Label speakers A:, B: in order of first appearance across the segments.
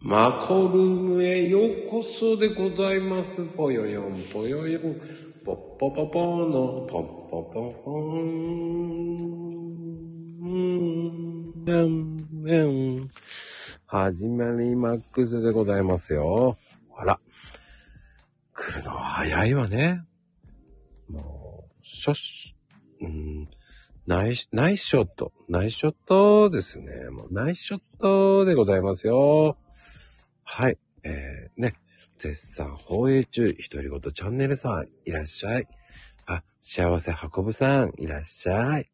A: マコルームへようこそでございます。ぽよよん、ぽよよん、ぽっぽぽぽーの、ぽっぽぽぽーん。うん、うん、うん。始まりマックスでございますよ。あら。来るの早いわね。もう、しょし、うん、ナイス、ナイスショット。ナイスショットですね。もうナイスショットでございますよ。はい。えー、ね。絶賛放映中、ひとりごとチャンネルさん、いらっしゃい。あ、幸せ運ぶさん、いらっしゃい。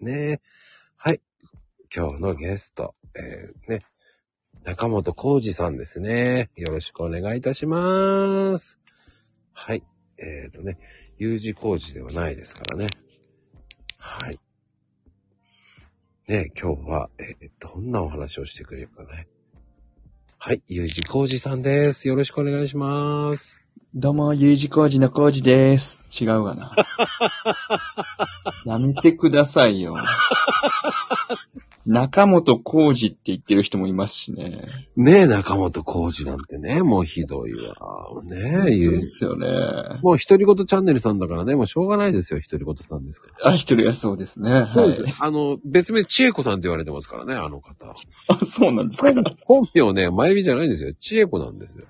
A: ねはい。今日のゲスト、えー、ね。中本浩二さんですね。よろしくお願いいたします。はい。えっ、ー、とね、U 字工事ではないですからね。はい。ね今日は、えーどんなお話をしてくれるかね。はい、U 字工事さんです。よろしくお願いします。
B: どうも、U 字工事の工事です。違うわ な。やめてくださいよ。中本工事って言ってる人もいますしね。
A: ねえ、中本浩二なんてね、もうひどいわ。ねえ、
B: そう
A: U
B: で
A: 字。
B: すよね。
A: もう一人ごとチャンネルさんだからね、もうしょうがないですよ、一人ごとさんですから。
B: あ、一人はそうですね。
A: そうです。
B: はい
A: あの、別名、千恵子さんって言われてますからね、あの方。
B: あ、そうなんですか。
A: 本名ね、まゆみじゃないんですよ。千恵子なんですよ。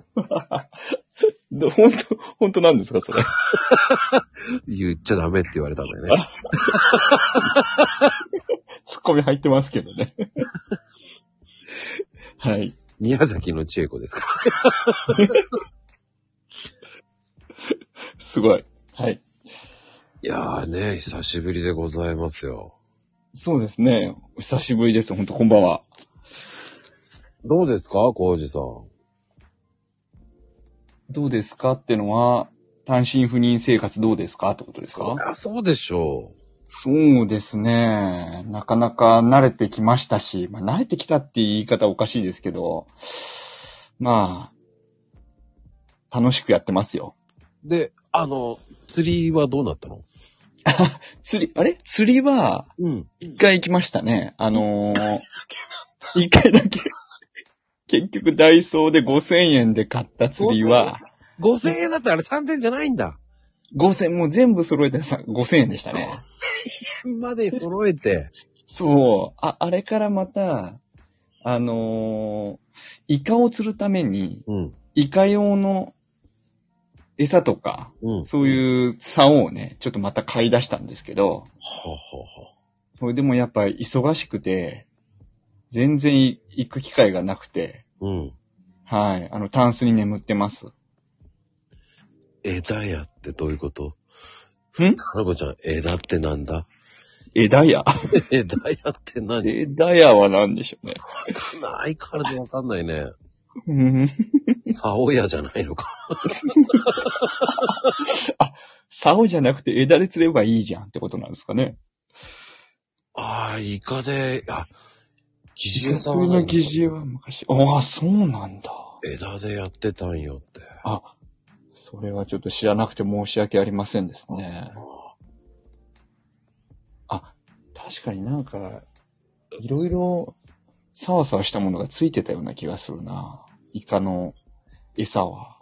B: ど本当、本当なんですか、それ。
A: 言っちゃダメって言われたんだよね。
B: ツッコミ入ってますけどね。はい。
A: 宮崎の千恵子ですから。
B: すごい。はい。
A: いやーね、久しぶりでございますよ。
B: そうですね。お久しぶりです。本当こんばんは。
A: どうですか浩二さん。
B: どうですかってのは、単身赴任生活どうですかってことです
A: そ
B: か
A: りゃそうでしょ
B: そうですね。なかなか慣れてきましたし、まあ、慣れてきたって言い方おかしいですけど、まあ、楽しくやってますよ。
A: う。で、あの、釣りはどうなったの
B: 釣り、あれ釣りは、
A: うん。
B: 一回行きましたね。あのー、一回だけ。結局ダイソーで5000円で買った釣りは、
A: 5000円だったらあれ3000円じゃないんだ。
B: 5000、もう全部揃えてさ5000円でしたね。
A: まで揃えて。
B: そう。あ、あれからまた、あのーイカを釣るために、
A: うん。
B: イカ用の餌とか、
A: うん。
B: そう
A: う。
B: いう竿をね、ちょっとまた買い出したんですけど、
A: ははは
B: それでもやっぱり忙しくて、全然い行く機会がなくて、
A: うん。
B: はい、あの、タンスに眠ってます。
A: 枝やってどういうことん
B: ん
A: 花子ちゃん、枝ってなんだ
B: 枝屋
A: 枝やって何
B: 枝屋は何でしょうね。
A: ないからでわかんないね。
B: うん
A: 竿屋じゃないのか。
B: 竿じゃなくて枝で釣ればいいじゃんってことなんですかね。
A: ああ、イカで、あ、疑似餌
B: 普通の
A: 何
B: 疑似は昔。ああ、そうなんだ。
A: 枝でやってたんよって。
B: あ、それはちょっと知らなくて申し訳ありませんですね。あ、確かになんか、いろいろ、サワサワしたものがついてたような気がするな。イカの餌は。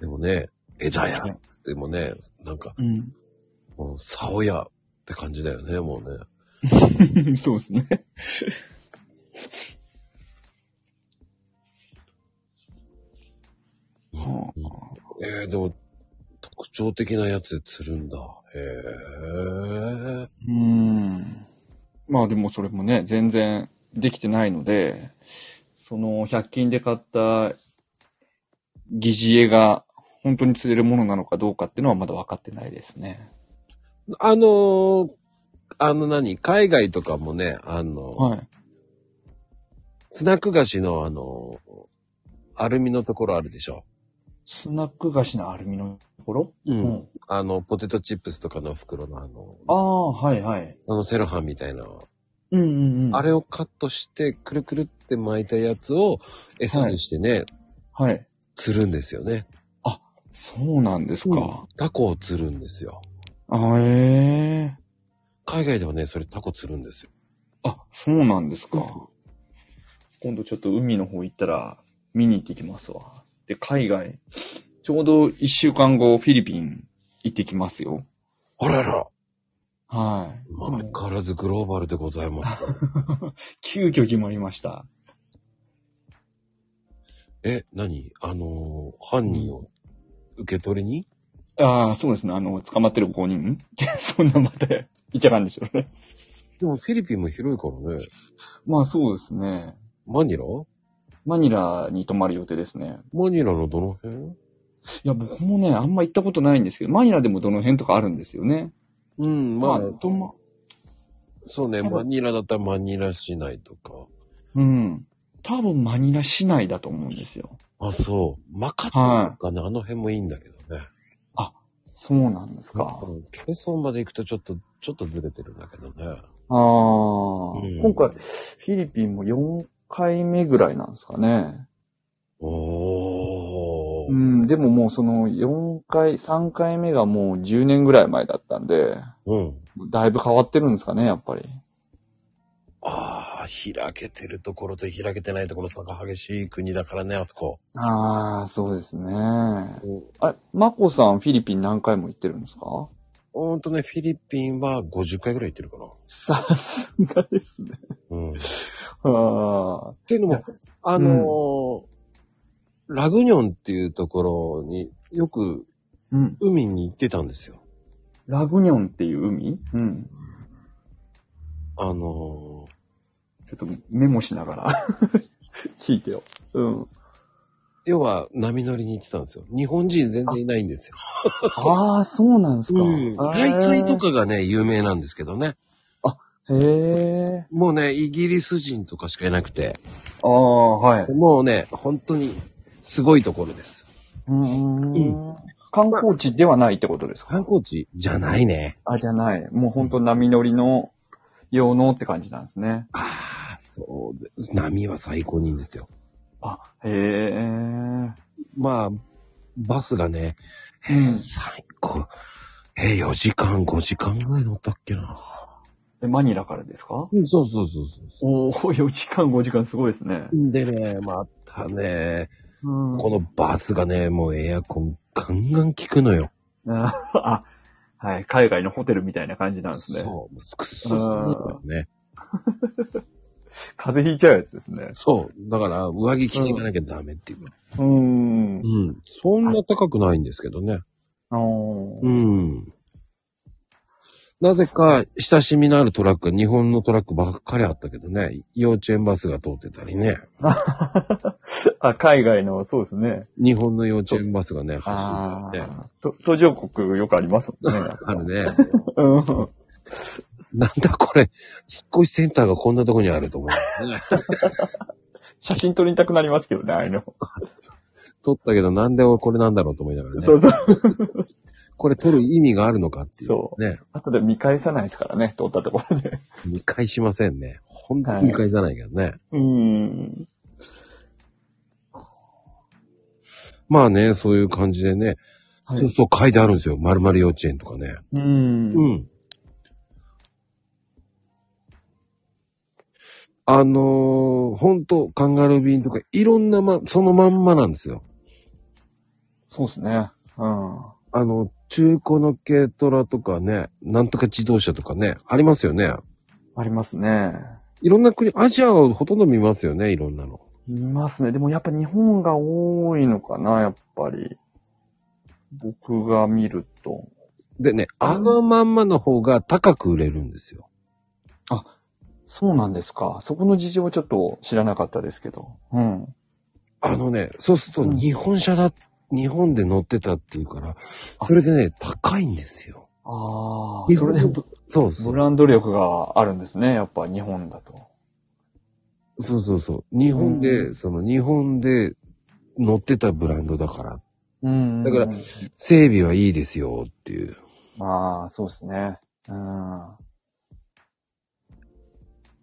A: でもね、枝やでもね、なんか、
B: うん。
A: もう、竿やって感じだよね、もうね。
B: そうですね。はあ
A: えー、でも、特徴的なやつ釣るんだ。へえ。
B: うーん。まあでもそれもね、全然できてないので、その100均で買った疑似絵が本当に釣れるものなのかどうかっていうのはまだ分かってないですね。
A: あのー、あの何、海外とかもね、あの、
B: はい。
A: スナック菓子のあのー、アルミのところあるでしょ。
B: スナック菓子のアルミのところ
A: う。
B: うん
A: あの、ポテトチップスとかの袋のあの、
B: ああ、はいはい。
A: あのセロハンみたいな、
B: うんうんうん。
A: あれをカットして、くるくるって巻いたやつを餌にしてね、
B: はい。
A: 釣るんですよね。
B: そうなんですか。
A: タコを釣るんですよ。
B: あええ
A: 海外ではね、それタコ釣るんですよ。
B: あ、そうなんですか。今度ちょっと海の方行ったら、見に行ってきますわ。で、海外、ちょうど一週間後、フィリピン行ってきますよ。
A: あらら。
B: はい。
A: まあ、相変わらずグローバルでございます が。
B: 急遽決まりました。
A: え、何あのー犯人を受け取りに
B: ああ、そうですね。あの、捕まってる5人 そんなまた、いちゃかんでしょうね。
A: でもフィリピンも広いからね。
B: まあそうですね。
A: マニラ
B: マニラに泊まる予定ですね。
A: マニラのどの辺
B: いや、僕もね、あんま行ったことないんですけど、マニラでもどの辺とかあるんですよね。
A: うん、まあ、
B: とま、
A: そうね、
B: 多分
A: マニラだったらマニラ市内とか。
B: うん。多分マニラ市内だと思うんですよ。
A: あ、そう。マカティとかね、あの辺もいいんだけどね。
B: そうなんですか。
A: うんケソンまで行くとちょっと、ちょっとずれてるんだけどね。
B: ああ、
A: うん
B: 今回、フィリピンも4回目ぐらいなんですかね。
A: おー。
B: うん、でももうその4回、3回目がもう10年ぐらい前だったんで、
A: うん。
B: だいぶ変わってるんですかね、やっぱり。
A: ああ、開けてるところと開けてないところの差が激しい国だからね、あそこ。
B: ああ、そうですね。あ
A: うん
B: れ、マコさん、フィリピン何回も行ってるんですか
A: ほんとね、フィリピンは50回ぐらい行ってるかな。
B: さすがですね。
A: うん。っ
B: ああ、
A: ていうのも、あのーラグニョンっていうところによく
B: うん。
A: 海に行ってたんですよ。
B: ラグニョンっていう海うん。
A: あの
B: ちょっとメモしながら 聞いてよ。うん。
A: ー要は波乗りに行ってたんですよ。日本人全然いないんですよ。
B: ああ、そうなんですか。
A: うん。大会と
B: か。
A: かがね、有名なんですけどね。
B: へえ。
A: もうね、イギリス人とかしかいなくて、
B: ああ、はい。
A: もうね、本当にすごいところです。
B: うん。観光地ではないってことです
A: 観
B: か
A: 光地じゃないね。
B: あ、じゃない。もう本当波乗りの用のって感じなんですね。
A: ああ、そうで。波は最高にいいんですよ。
B: あ、へえ。
A: まあ、バスがね、
B: うん
A: 最高。えー、4時間、5時間ぐらい乗ったっけな。
B: で、マニラからですか
A: うん、そうそうそうそうそ
B: おお、4時間、5時間すごいですね。
A: う。でね、またね、
B: うん
A: このバスがね、もうエアコンガンガン効くのよ。
B: あ、はい。海外のホテルみたいな感じなんですね。
A: そう。くっそ寒いからね。
B: 風邪ひいちゃうやつですね。
A: そう。だから、上着着ていかなきゃダメっていう。
B: うーん。
A: うん。そんな高くないんですけどね。
B: あー
A: うん。なぜか、親しみのあるトラック、日本のトラックばっかりあったけどね。幼稚園バスが通ってたりね。
B: あ、海外の、そうですね。
A: 日本の幼稚園バスがね、走
B: あ
A: っ
B: あ
A: てたりね。
B: ー、と途上国よくありますもんね。
A: あるね。
B: うん。
A: なんだこれ、引っ越しセンターがこんなとこにあると思う、 ね。
B: 写真撮りたくなりますけどね、ああいうの。
A: 撮ったけど、なんで俺これなんだろうと思いながらね。
B: そうそう。
A: これ撮る意味があるのかっていう。
B: そ
A: ね。
B: 後で見返さないですからね、撮ったところで。
A: 見返しませんね。本当に見返さないけどね。
B: うーん。
A: まあね、そういう感じでね。
B: はい
A: そうそう書いてあるんですよ。まるまる幼稚園とかね。
B: うーん。
A: ん。あのー、ほんと、カンガルー便とか、いろんなま、そのまんまなんですよ。
B: そうですね。うん。
A: あの、中古の軽トラとかね、なんとか自動車とかね、ありますよね。
B: ありますね。
A: いろんな国、アジアはほとんど見ますよね、いろんなの。
B: いますね。でもやっぱ日本が多いのかな、やっぱり。僕が見ると。
A: でね、あのまんまの方が高く売れるんですよ。
B: そうなんですか。そこの事情はちょっと知らなかったですけど。うん。
A: あのね、そうする
B: う
A: と
B: ん
A: 日本車だ、日本で乗ってたっていうから、それでね、高いんですよ。
B: あ
A: 日本
B: あ、それでブ
A: そう
B: ブ
A: そう。
B: ランド力があるんですね。やっぱ日本だと。
A: そうそうそう。日本で、
B: う
A: その日本で乗ってたブランドだから、
B: うん
A: だから整備はいいですよっていう。
B: ああ、そうですね。うん。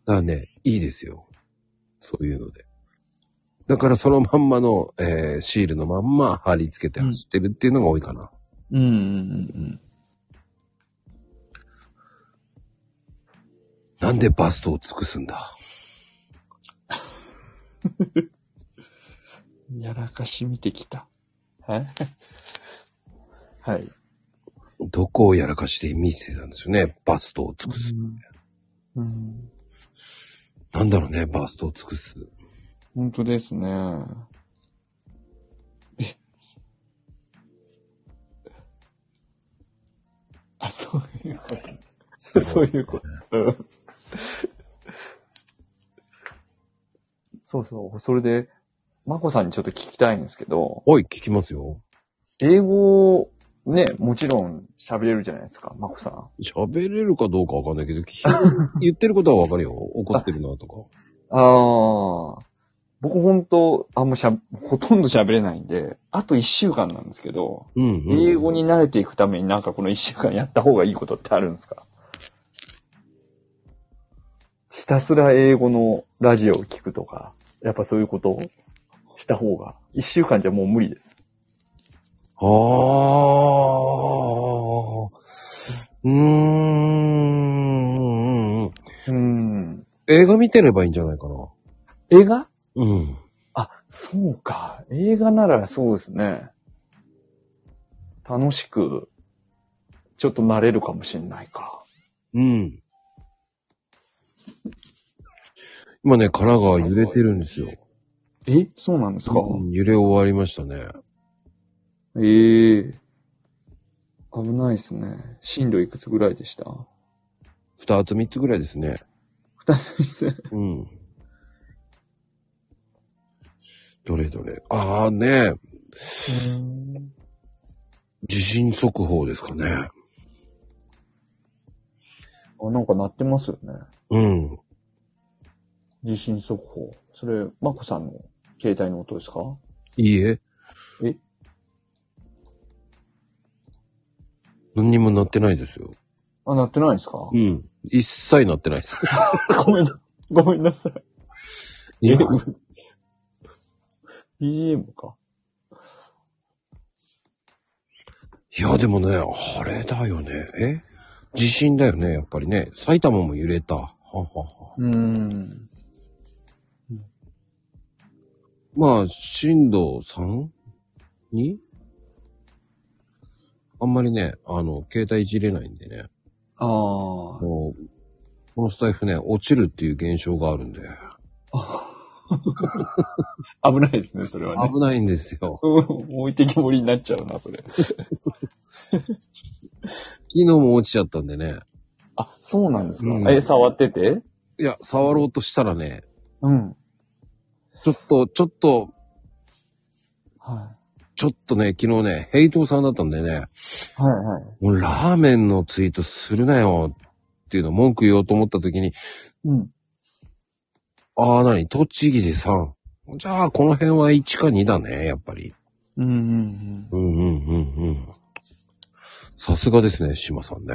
A: だからね、いいですよ。そういうので。だからそのまんまの、えーシールのまんま貼り付けて走ってるっていうのが多いかな。
B: うん、うん、うん。
A: なんでバストを尽くすんだ
B: やらかし見てきた。はい。 はい。
A: どこをやらかして見せてたんですよね。バストを尽くす。
B: うん。うん。
A: なんだろうね、バストを尽くす。
B: 本当ですね。え。あ、そういうこと。 そういうこと。うんそうそう。それで、まこさんにちょっと聞きたいんですけど、
A: おい、聞きますよ。
B: 英語、ね、もちろん喋れるじゃないですか、まこさん。
A: 喋れるかどうかわかんないけど、聞き言ってることはわかる よ。怒ってるなとか。
B: ああ、僕ほんと、あんましゃ、ほとんど喋れないんで、あと一週間なんですけど、
A: うん、うん。
B: 英語に慣れていくためになんかこの一週間やった方がいいことってあるんですかひたすら英語のラジオを聞くとか、やっぱそういうことをした方が、一週間じゃもう無理です。
A: あー。うーん。
B: うん。
A: 映画見てればいいんじゃないかな。
B: 映画
A: うん。
B: あ、そうか。映画ならそうですね。楽しく、ちょっと慣れるかもしれないか。
A: うん。今ね、神奈川揺れてるんですよ。
B: えそうなんですか、
A: うん揺れ終わりましたね。
B: ええ危ないですね。進路いくつぐらいでした
A: 二つ三つぐらいですね。
B: 二つ三つ。
A: うん。どれどれ。ああね、地震速報ですかね。
B: あ、なんか鳴ってますよね。
A: うん。
B: 地震速報。それ、まこさんの携帯の音ですか
A: いいえ。
B: え
A: 何にもなってないですよ。
B: あ、鳴ってないんですか
A: うん。一切なってないです。
B: ごめんな、ごめんなさい。
A: いや
B: BGM か。
A: いや、でもね、あれだよね。え地震だよね、やっぱりね。埼玉も揺れた。はあはあはあ
B: うーん。
A: まあ、震度 3? にあんまりね、あの、携帯いじれないんでね。
B: あ
A: あのこのスタイフね、落ちるっていう現象があるんで。
B: あ。危ないですね、それはね。
A: 危ないんですよ。
B: うん置いてきぼりになっちゃうな、それ。
A: 昨日も落ちちゃったんでね。
B: あ、そうなんですか、
A: うん
B: え、触ってて
A: いや、触ろうとしたらね、
B: うん。
A: ちょっと、ちょっと、
B: は
A: ちょっとね、昨日ね、ヘイトさんだったんでね、
B: い。はいはい。
A: もうラーメンのツイートするなよっていうの文句言おうと思った時に、
B: うん。
A: ああ、なに、栃木で3。じゃあ、この辺は1か2だね、やっぱり。
B: うんうん
A: うんう
B: うん。
A: んうんうん。さすがですね、島さんね。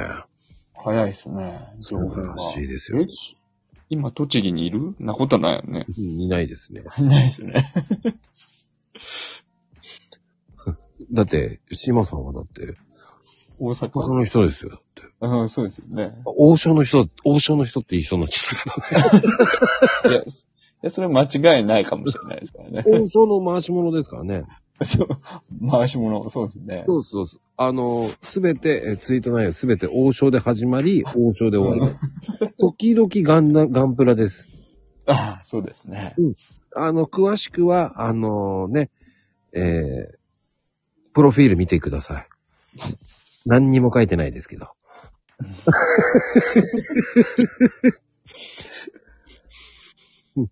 B: 早いですね。
A: 素晴らしいですよ。
B: え今、栃木にいるなことないよね。
A: いないですね。
B: ないですね。
A: だって、島さんはだって、
B: 大
A: 他
B: 阪。
A: の人ですよ。だって
B: うん、そうですよね。
A: 王将の人、王将の人って言いそうになっちゃったけ
B: いや、いやそれ間違いないかもしれないですからね。
A: ど。王将の回し物ですからね。
B: そう。回し物、そうですね。
A: そうそうそう。あの、すべて、えツイート内容すべて王将で始まり、王将で終わります。時々ガンダ、ガンプラです。
B: ああ、そうですね。
A: あの、詳しくは、あのね、えー、プロフィール見てください。何にも書いてないですけど。 うん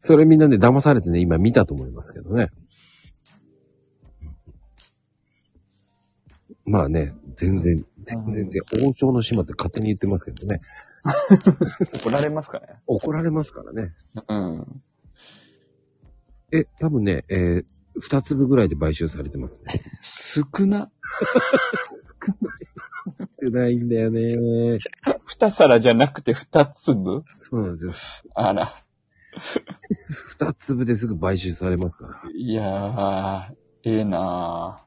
A: それみんなで騙されてね、今見たと思いますけどね。まあね、全然、全然、全然、王将の島って勝手に言ってますけどね。
B: 怒られますかね。
A: 怒られますからね。
B: うん。
A: え、多分ね、えー、二粒ぐらいで買収されてますね。
B: 少な。
A: 少ないんだよね。
B: 二皿じゃなくて二粒
A: そうなんですよ。
B: あら。
A: 二粒ですぐ買収されますから。
B: いやー、ええな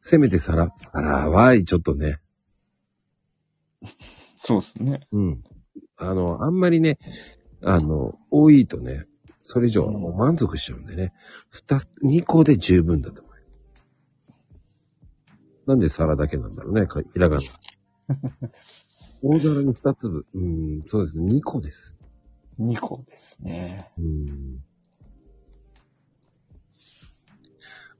A: せめて皿、皿は、ちょっとね。
B: ーそうですね。
A: うん。あの、あんまりね、あの、多いとね、それ以上
B: うん
A: もう満足しちゃうんでね、二つ、二個で十分だと思う。なんで皿だけなんだろうね、かひらがな。大皿に二粒。うん、そうですね、二個です。
B: 2個ですね。
A: うん。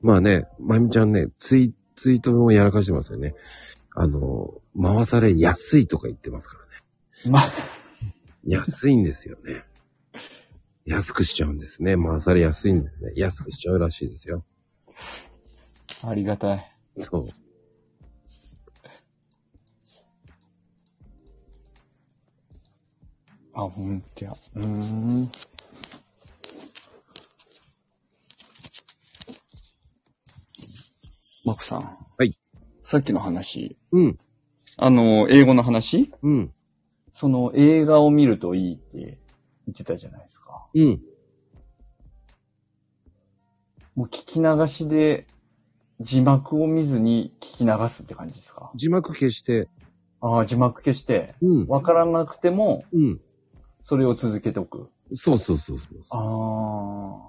A: まあね、まゆみちゃんね、ツイ、ツイートもやらかしてますよね。あの、回されやすいとか言ってますからね。
B: ま、
A: 安いんですよね。安くしちゃうんですね。回されやすいんですね。安くしちゃうらしいですよ。
B: ありがたい。
A: そう。。
B: あ、ほんとや。うーん。マコさん。はいさっきの話。
A: うん、
B: あの、英語の話
A: うん、
B: その映画を見るといいって言ってたじゃないですか。
A: うん。
B: もう聞き流しで字幕を見ずに聞き流すって感じですか
A: 字幕消して、
B: ああ、字幕消して、
A: うん、
B: わからなくても
A: うん。
B: それを続けておく。
A: そうそうそうそう
B: ああ。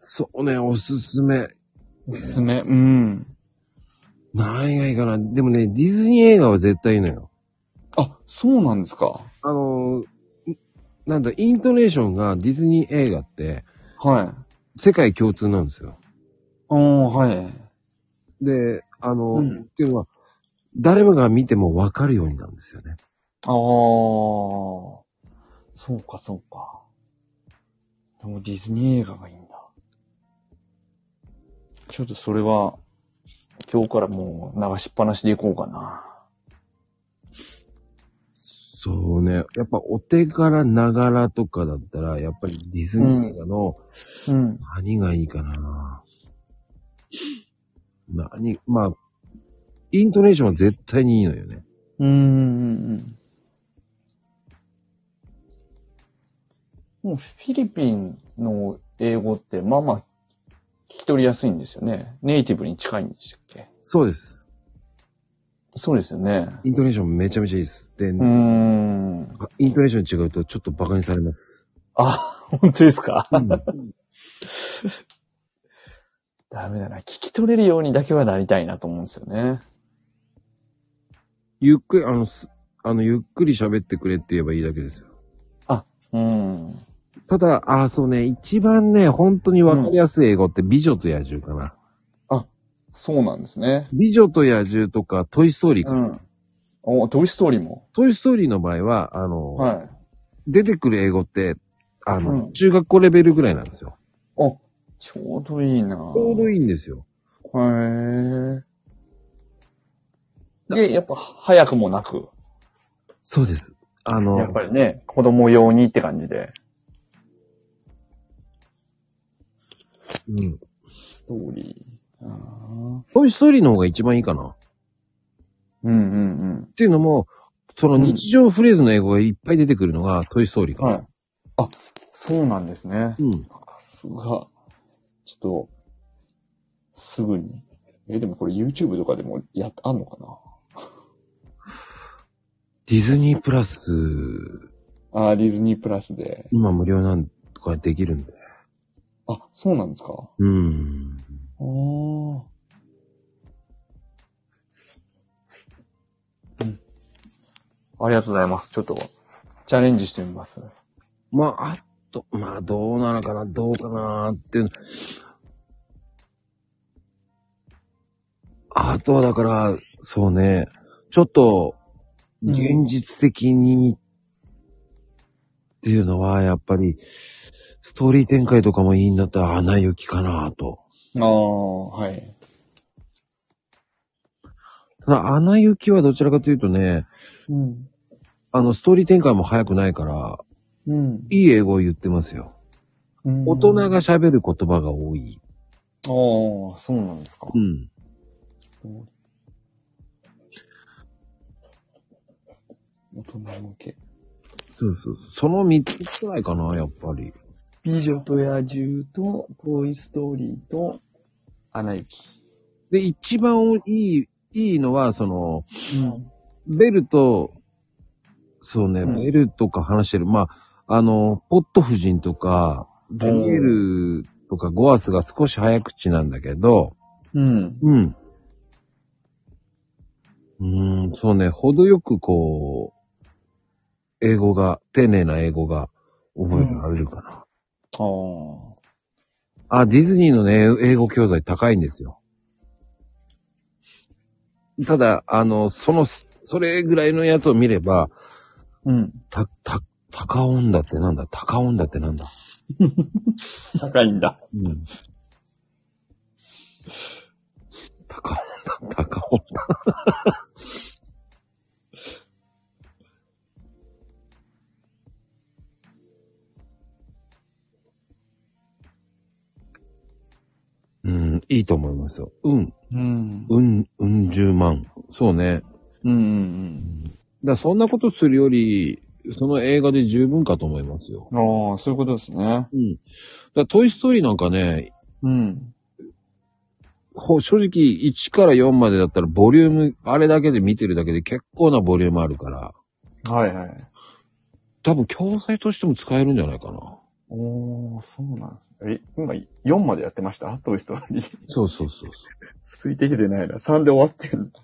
A: そうね、おすすめ。
B: おすすめ。うん。
A: 何がいいかな。でもね、ディズニー映画は絶対いいのよ。
B: あ、そうなんですか。
A: あのー、んなんだ、イントネーションがディズニー映画って
B: はい。
A: 世界共通なんですよ。
B: ああ、はい。
A: で、あのー、
B: うん
A: っていうのは、誰もが見てもわかるようになるんですよね。
B: ああ。そうか、そうか。でもディズニー映画がいいんだ。ちょっとそれは、今日からもう流しっぱなしでいこうかな。
A: そうね。やっぱお手柄ながらとかだったら、やっぱりディズニー映画の
B: うん。
A: 何がいいかな、何、まあ、イントネーションは絶対にいいのよね。
B: うんうんうん。もうフィリピンの英語って、まあまあ、聞き取りやすいんですよね。ネイティブに近いんでしたっけ
A: そうです。
B: そうですよね。
A: イントネーションめちゃめちゃいいです。で、
B: うーん。
A: あイントネーション違うとちょっとバカにされます。
B: あ、本当ですか
A: うん、
B: ダメだな。聞き取れるようにだけはなりたいなと思うんですよね。
A: ゆっくり、あの、すあの、ゆっくり喋ってくれって言えばいいだけですよ。
B: うん。
A: ただ、ああ、そうね、一番ね、本当にわかりやすい英語って美女と野獣かな。
B: そうなんですね。
A: 美女と野獣とか、トイストーリーか
B: う
A: な。
B: ん。お、トイストーリーも。
A: トイストーリーの場合は、あの、
B: はい。
A: 出てくる英語って、あの、
B: うん
A: 中学校レベルぐらいなんですよ。
B: あ、ちょうどいいな。
A: ちょうど
B: い。
A: いいんですよ。
B: へえ。で、やっぱ早くもなく。
A: そうです。あの、
B: やっぱりね、子供用にって感じで。
A: うん。
B: ストーリー。ああ
A: トイストーリーの方が一番いいかな。
B: うんうん
A: っていうのも、その
B: うん
A: 日常フレーズの英語がいっぱい出てくるのがトイストーリー
B: うん。
A: かな。
B: はい。あ、そうなんですね。
A: うん
B: さすが。ちょっと、すぐに。え、でもこれ YouTube とかでもやっ、あんのかな
A: ディズニープラス、
B: あーディズニープラスで。
A: 今無料なんとかできるんで。
B: あ、そうなんですか。
A: うん。
B: おー。うん。ありがとうございます。ちょっと、チャレンジしてみます。
A: まあ、あと、まあ、どうなのかな、どうかなっていう。あとはだから、そうね、ちょっと、
B: うん
A: 現実的に、っていうのは、やっぱり、ストーリー展開とかもいいんだったら、穴行きかなと。
B: ああ、はい。
A: ただ、穴行きはどちらかというとね、
B: うん。
A: あの、ストーリー展開も早くないから、
B: うん。
A: いい英語を言ってますよ。大人が
B: ああ、
A: 喋る言葉が多い。
B: そうなんですか。
A: うん。
B: 大人向け。
A: そうそう。その3つくらいかな、やっぱり。
B: 美女と野獣と、トイストーリーと、アナ雪。
A: で、一番いい、いいのは、その、
B: うん。
A: ベルと、そうね、
B: うん
A: ベルとか話してる。まあ、あの、ポット夫人とか、ルミエルとかゴアスが少し早口なんだけど、
B: うん。
A: うん。うーん、そうね、程よくこう、英語が、丁寧な英語が覚えられるかな。
B: ああ。
A: あ、ディズニーのね、英語教材高いんですよ。ただ、あの、その、それぐらいのやつを見れば、
B: うん。
A: た、た、高音だってなんだ高音だってなんだ
B: 高いんだ。
A: うん。高音だ、高音だ。 うん、いいと思いますよ。うん、
B: うん。
A: うん、うん、十万。そうね。
B: うんうん
A: だからそんなことするより、その映画で十分かと思いますよ。
B: うん。ああ、そういうことですね。
A: うん。だからトイストーリーなんかね、
B: うん。
A: ほ正直1から4までだったらボリューム、あれだけで見てるだけで結構なボリュームあるから、
B: はいはい。
A: 多分教材としても使えるんじゃないかな。
B: おー、そうなんですね。え、今4までやってましたトイストーリー。
A: そうそうそうそう。
B: ついてきてないな。3で終わってるんだ。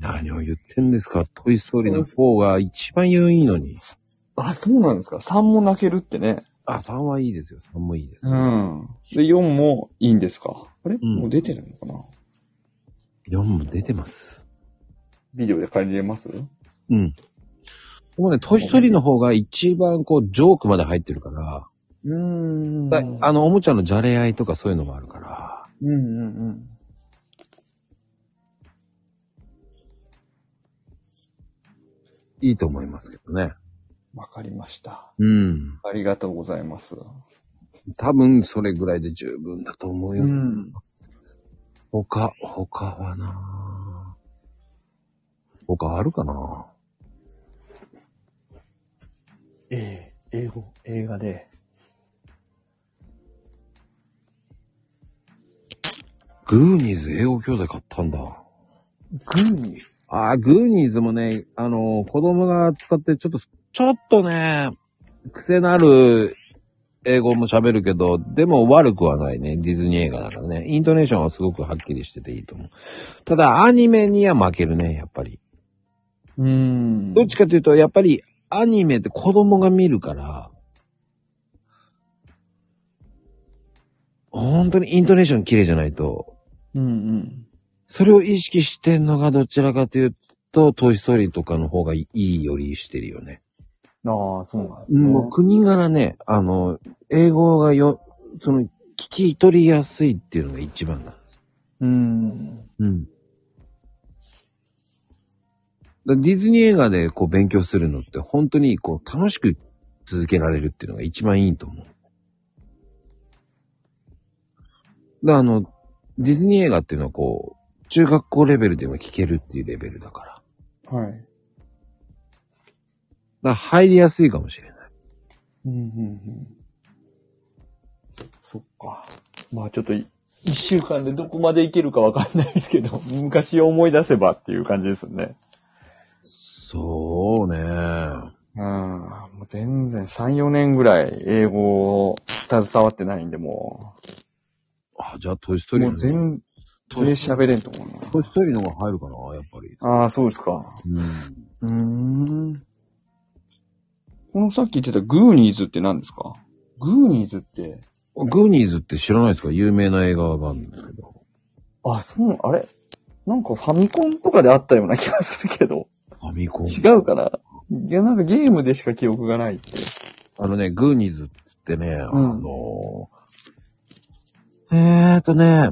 A: 何を言ってんですかトイストーリーの4が一番良いのに。
B: あ、そうなんですか。3も泣けるってね。
A: あ、3はいいですよ。3もいいです。
B: ん。で、4もいいんですか。あれ、
A: ん
B: もう出てるのかな
A: 4も出てます。
B: ビデオで借りれます
A: うん。でもね、トイストーリーの方が一番こう、ジョークまで入ってるから、
B: うーん
A: だあの、おもちゃのじゃれ合いとかそういうのもあるから、
B: うんうんうん。
A: いいと思いますけどね。
B: わかりました。
A: うん。
B: ありがとうございます。
A: 多分それぐらいで十分だと思うよ。
B: うん。
A: 他、他はなぁ他あるかな
B: ええ英語、映画で。
A: グーニーズ英語教材買ったんだ。
B: グーに。
A: あーグーニーズもね、あのー子供が使ってちょっと、ちょっとね、癖のある英語も喋るけど、でも悪くはないね。ディズニー映画だからね。イントネーションはすごくはっきりしてていいと思う。ただ、アニメには負けるね、やっぱり。
B: うーん
A: どっちかというと、やっぱりアニメって子供が見るから、本当にイントネーション綺麗じゃないと、
B: うんうん。
A: それを意識してんのがどちらかというと、トイストーリーとかの方がいいよりしてるよね。
B: ああ、そうなんだ、
A: もう国柄ね、あの、英語がよ、その、聞き取りやすいっていうのが一番だ。
B: うん。
A: うん。ディズニー映画でこう勉強するのって本当にこう楽しく続けられるっていうのが一番いいと思う。だからあの、ディズニー映画っていうのはこう、中学校レベルでも聞けるっていうレベルだから。だか
B: はい。
A: ら入りやすいかもしれない。
B: うんうんうん。そっか。まあちょっとい、一週間でどこまでいけるかわかんないですけど、昔を思い出せばっていう感じですよね。
A: そうね。
B: うん。もう全然3、4年ぐらい英語を携わってないんで、も
A: あ、じゃあトイスト
B: う、
A: ーリー
B: も
A: の
B: う全然喋れんと思う
A: トイストーリーの方が入るかな、やっぱり。
B: な。ああ、そうですか。
A: うん。
B: うーん。このさっき言ってたグーニーズって何ですかグーニーズって、
A: グーニーズって知らないですか有名な映画があるんですけど。
B: あ、そう、あれなんかファミコンとかであったような気がするけど。
A: ファミコン。
B: 違うかないや、なんかゲームでしか記憶がないって。
A: あのね、グーニーズってね、あ
B: ん
A: のー、えーとね、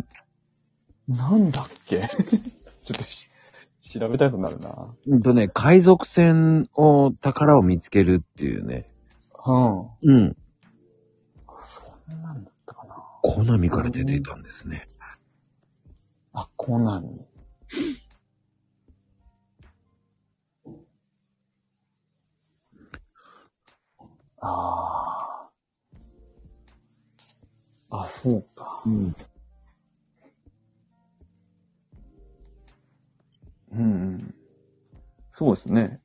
B: なんだっけ ちょっとし調べたくなるな。
A: うんとね、海賊船を、宝を見つけるっていうね。
B: うん。
A: うん。
B: そんなんだったかな。
A: コナミから出ていたんですね。
B: あ、コナミ。ああ。あ、そうか。
A: うん。
B: うんうん。そうですね。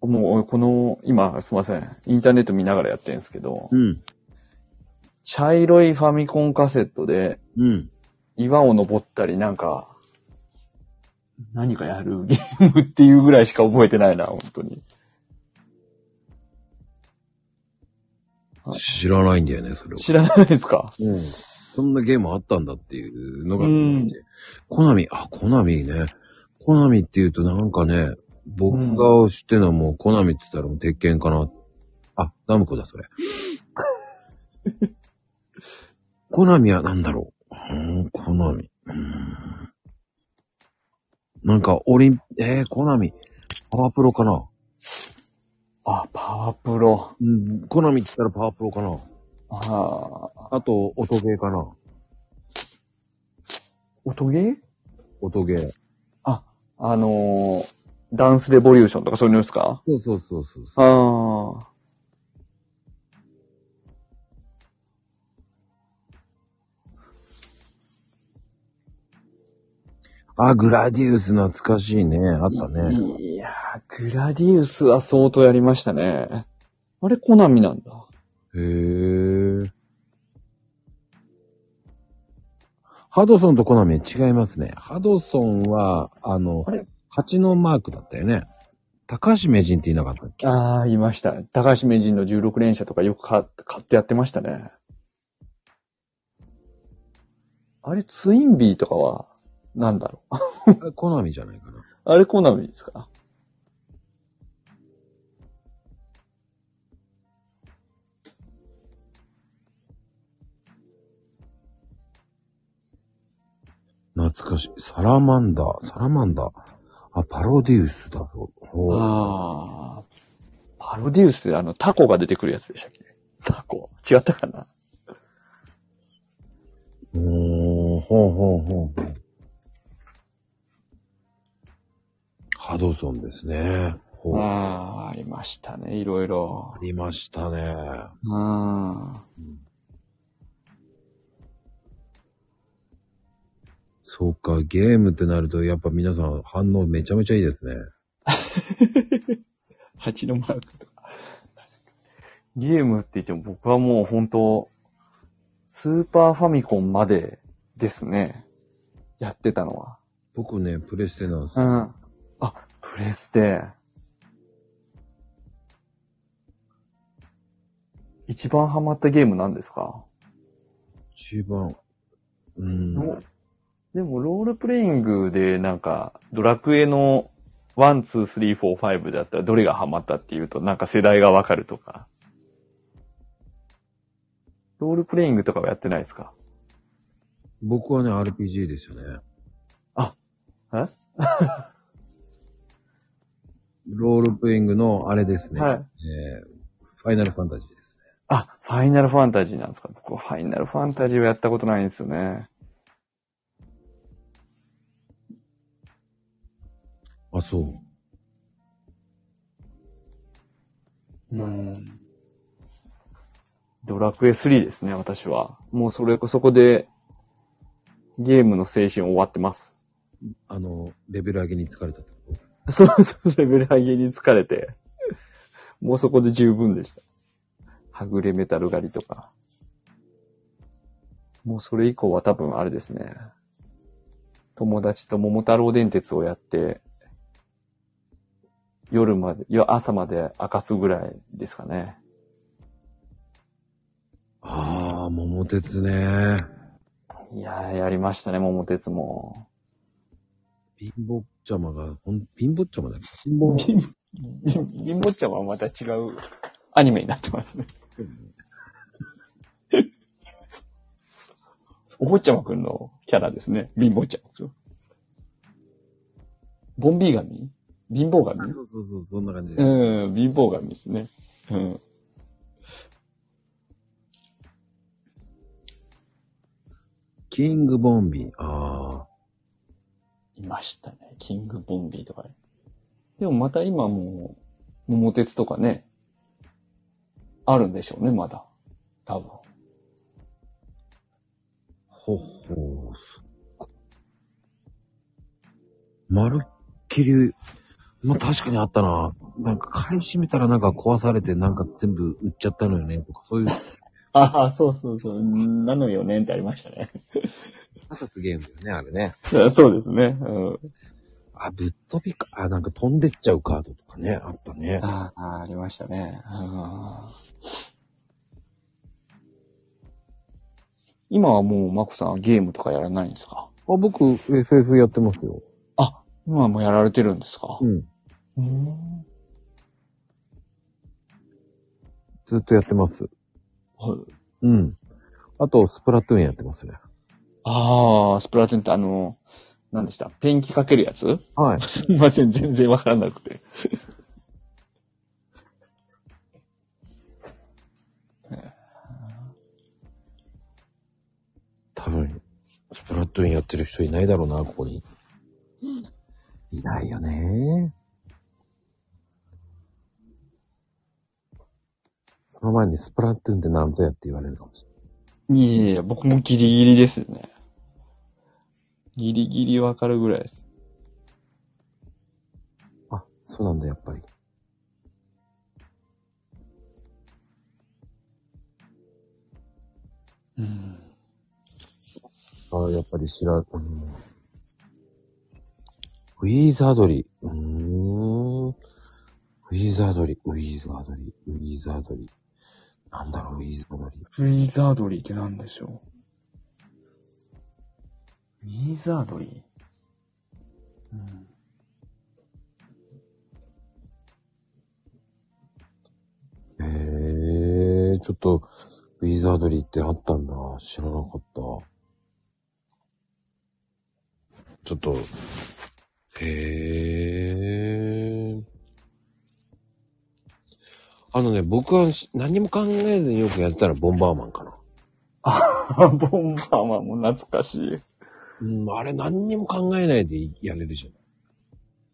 B: もう、この、今、すいません。インターネット見ながらやってるんですけど、
A: うん。
B: 茶色いファミコンカセットで、
A: うん。
B: 岩を登ったり、なんか、何かやるゲームっていうぐらいしか覚えてないな、本当に。はい
A: 知らないんだよね、それは。
B: 知らないですか
A: うん。そんなゲームあったんだっていうのが、
B: うん
A: コナミ、あ、コナミね。コナミって言うとなんかね、僕が知ってるのはもうコナミって言ったらもう鉄拳かな。あ、ナムコだ、そ れ。コナミは何だろううーん、コナミ。うーんなんか、オリン、えー、コナミ。パワープロかな
B: あ、パワープロ。
A: うん、コナミって言ったらパワープロかな
B: ああ。
A: あと、音ゲーかな
B: 音ゲー
A: 音ゲー。
B: あのー、ダンスレボリューションとかそういうのですか
A: そうそうそうそうそう。
B: ああ。
A: あ、グラディウス懐かしいね。あったね。
B: いやー、グラディウスは相当やりましたね。あれ、コナミなんだ。
A: へー。ハドソンとコナミ違いますね。ハドソンは、あの
B: あれ、
A: 蜂のマークだったよね。高橋名人っていなかったっけ
B: ああ、いました。高橋名人の16連射とかよく買買ってやってましたね。あれ、ツインビーとかは、なんだろう。
A: あコナミじゃないかな。
B: あれ、コナミですか
A: 懐かしい。サラマンダー、サラマンダー。あ、パロディウスだぞ。ほう
B: ああ。パロディウスであの、タコが出てくるやつでしたっけタコ違ったかな
A: うーん、ほうほうほうほう。ハドソンですね。ほう。あ
B: ああ、ありましたね、いろいろ。
A: りましたね。
B: うん。
A: そうか、ゲームってなると、やっぱ皆さん反応めちゃめちゃいいですね。
B: 蜂のマークとか。ゲームって言っても僕はもう本当、スーパーファミコンまでですね。やってたのは。
A: 僕ね、プレステなんです
B: う
A: よ。
B: ん。あ、プレステ。一番ハマったゲームなんですか、
A: 一番。うん。
B: でも、ロールプレイングでなんか、ドラクエの1、2、3、4、5だったらどれがハマったっていうと、なんか世代がわかるとか。ロールプレイングとかはやってないですか
A: 僕はね、RPG ですよね。
B: あえ
A: ロールプレイングのあれですね。
B: はい
A: えーファイナルファンタジーですね。
B: あ、ファイナルファンタジーなんですか僕はファイナルファンタジーはやったことないんですよね。
A: あ、そう。
B: うん。ドラクエ3ですね、私は。もうそれ、そこで、ゲームの青春終わってます。
A: あの、レベル上げに疲れたってこと
B: そうそう、レベル上げに疲れて、もうそこで十分でした。はぐれメタル狩りとか。もうそれ以降は多分あれですね。友達と桃太郎電鉄をやって、夜まで、いや、朝まで明かすぐらいですかね。
A: ああ、桃鉄ね。
B: いやー、やりましたね、桃鉄も。
A: 貧乏ちゃまが、ほん、貧乏ちゃまだっけ貧
B: 貧貧乏ちゃんはまた違うアニメになってますね。 お坊ちゃまくんのキャラですね。貧乏ちゃま。ボンビー神貧乏
A: あ
B: 神
A: そうそうそう、そんな感じで。
B: うん、貧乏神ですね。うん。
A: キングボンビー。ああ。
B: いましたね。キングボンビーとかね。でもまた今もう、桃鉄とかね、あるんでしょうね、まだ。多分。
A: ほほう、そっか。まるっきり、まあ、確かにあったな。なんか買い占めたらなんか壊されてなんか全部売っちゃったのよね、とか、そういう、
C: ああ、そうそうそう。なのよねってありました ね。
A: 高つゲームだよね、あれね。
C: そうですね。うん、
A: あ、ぶっ飛びか、あ、なんか飛んでっちゃうカードとかね、あったね。
B: ああ、ありましたね。あ今はもう、まこさんはゲームとかやらないんですか
A: あ、僕、FF やってますよ。
B: あ、今はもうやられてるんですか
A: うん。
B: うん。
A: ずっとやってます。
B: はい
A: うん。あと、スプラトゥーンやってますね。
B: ああ、スプラトゥーンってあの、何でしたペンキかけるやつ
A: はい。
B: すみません、全然わからなくて。
A: 多分、スプラトゥーンやってる人いないだろうな、ここに。いないよね。その前にスプラトゥーンって何ぞやって言われるかもしれない。
B: いえいえ、僕もギリギリですよね。ギリギリわかるぐらいです。
A: あ、そうなんだ、やっぱり。
B: うん。
A: あやっぱり知ら、うん。ウィーザードリ。うーん。ウィーザードリ、ウィーザードリ、ウィーザードリ。なんだろう、ウィーザードリ。
B: フリーザードリーって何でしょうミーザードリーうん。
A: へえ、ちょっと、ウィザードリーってあったんだ。知らなかった。ちょっと、へえ。あのね、僕はし何も考えずによくやってたらボンバーマンかな。
B: あボンバーマンも懐かしい。
A: うん、あれ何にも考えないでやれるじゃん。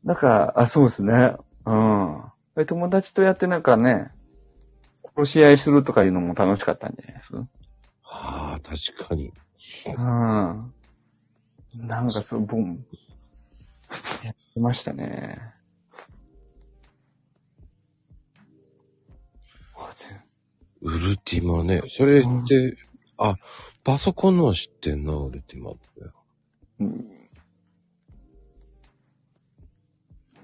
B: なんか、あ、そうですね。うん。え友達とやってなんかね、殺し合いするとかいうのも楽しかったんじゃないです
A: はあ、確かに。
B: うん。なんかそう、ボン。やってましたね。あ全
A: ウルティマね。それって、あ、パソコンのは知ってんな、ウルティマって。だ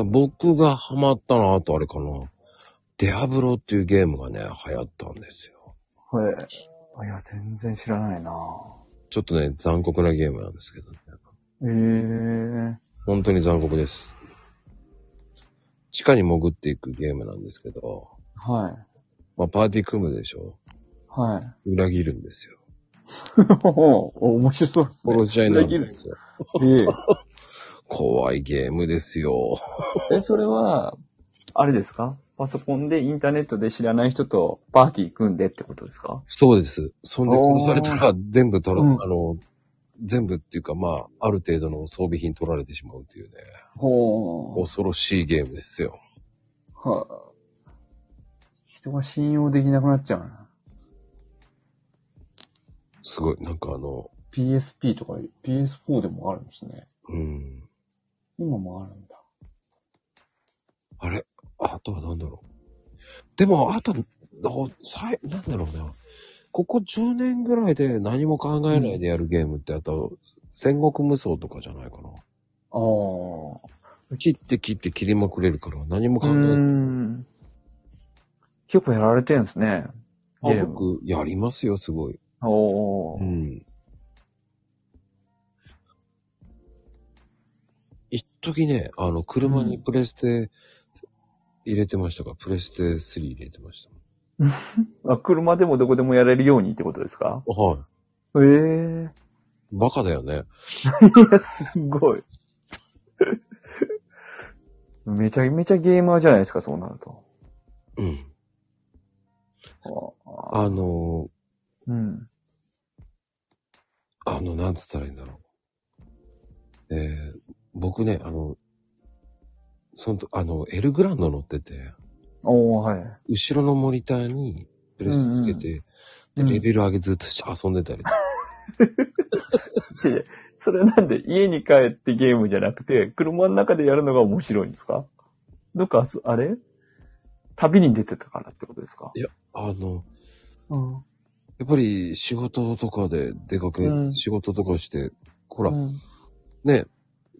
A: から僕がハマったのはあとあれかな。デアブロっていうゲームがね、流行ったんですよ。
B: はい。あいや、全然知らないな
A: ちょっとね、残酷なゲームなんですけどね。
B: ええー。
A: 本当に残酷です。地下に潜っていくゲームなんですけど、
B: はい。
A: まあパーティー組むでしょ
B: はい。
A: 裏切るんですよ。
B: お 面白そうですね。
A: 殺し合いになるんですよ。
B: ええ
A: 怖いゲームですよ。
B: え、それは、あれですかパソコンでインターネットで知らない人とパーティー組んでってことですか
A: そうです。そんで殺されたら全部取ら、
B: うん
A: あの、全部っていうかまあ、ある程度の装備品取られてしまうというね、
B: ほう。
A: 恐ろしいゲームですよ。
B: は人が信用できなくなっちゃうな。
A: すごい、なんかあの、
B: PSP とか PS4 でもあるんですね。
A: うん。
B: 今もあるんだ。
A: あれあとは何だろうでも、あと、おさいなんだろうな。ここ10年ぐらいで何も考えないでやるゲームって、あと、戦国無双とかじゃないかな。
B: ああ。
A: 切って切って切りまくれるから、何も考え
B: うー
A: ず。
B: ん。結構やられてるんですね。
A: あ
B: ゲーム。
A: 僕、やりますよ、すごい。
B: お
A: う
B: ー。
A: ん。一時ね、あの、車にプレステ入れてましたから、プレステ3入れてました。
B: あ車でもどこでもやれるようにってことですか
A: はい。
B: ええー。
A: バカだよね。
B: いや、すごい。 めちゃめちゃゲーマーじゃないですか、そうなると。
A: うん。
B: あ
A: あの
B: うん。
A: ー、あの、なんつったらいいんだろう。えー、僕ね、あの、そのと、あの、エルグランド乗ってて、
B: おー、はい。
A: 後ろのモニターにプレステつけて、
B: うんうん
A: でレベル上げずっとして遊んでたり。
B: ちぇ、それなんで家に帰ってゲームじゃなくて、車の中でやるのが面白いんですかどっかす、あれ旅に出てたからってことですか
A: あの、
B: うん。
A: やっぱり仕事とかで出かけ、
B: うん
A: 仕事とかして、ほ
B: う
A: ら、
B: ん。
A: ね、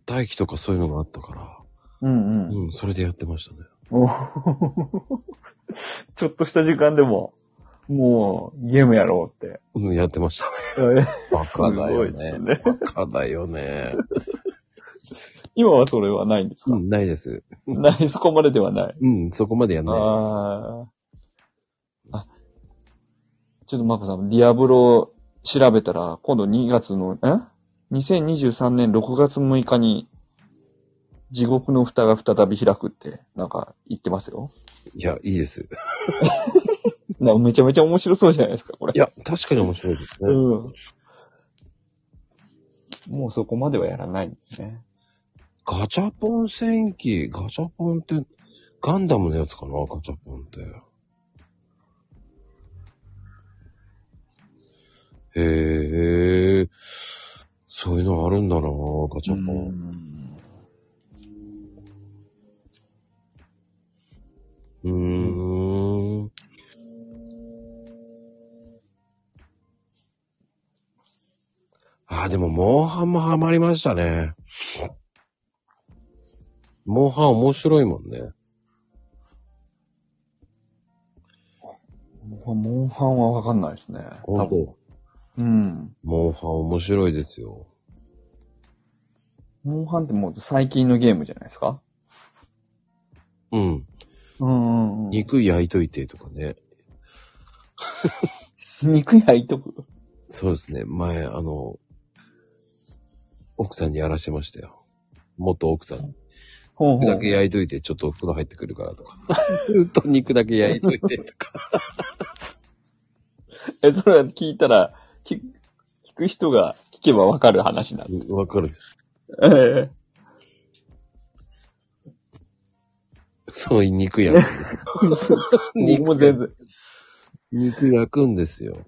A: 大気とかそういうのがあったから、
B: うんうん。
A: うん、それでやってましたね。
B: おー ちょっとした時間でも、もうゲームやろうって。
A: うん、やってましたね。バカだよね。バカだよね。
B: 今はそれはないんです
A: う
B: か、
A: ん、ないです。
B: ない、そこまでではない。
A: うん、そこまでやんないです。
B: ああ。あ、ちょっとマコさん、ディアブロ調べたら、今度2月の、え ?2023 年6月6日に、地獄の蓋が再び開くって、なんか言ってますよ。
A: いや、いいです。
B: なめちゃめちゃ面白そうじゃないですか、これ。
A: いや、確かに面白いですね。
B: うん。もうそこまではやらないんですね。
A: ガチャポン戦記、ガチャポンって、ガンダムのやつかな、ガチャポンって。へえ、そういうのあるんだな、ガチャポン。うーん。あー、でも、モンハンもハマりましたね。モンハン面白いもんね。
D: モンハンはわかんないですね。
A: 本当
D: うん。
A: モンハン面白いですよ。
D: モンハンってもう最近のゲームじゃないですか
A: うん。
D: うんうん、うん。
A: 肉焼いといてとかね。
D: 肉焼いとく。
A: そうですね。前、あの、奥さんにやらしてましたよ。元奥さんに。
D: ほう
A: 肉だけ焼いといて、ちょっとお風呂入ってくるからとか。ずっと肉だけ焼いといてとか。
B: え、それは聞いたら、聞く聞く人が聞けばわかる話なんで
A: うん わかる。
B: え
A: そういう肉焼く。
B: え僕も全然。
A: 肉焼くんですよ。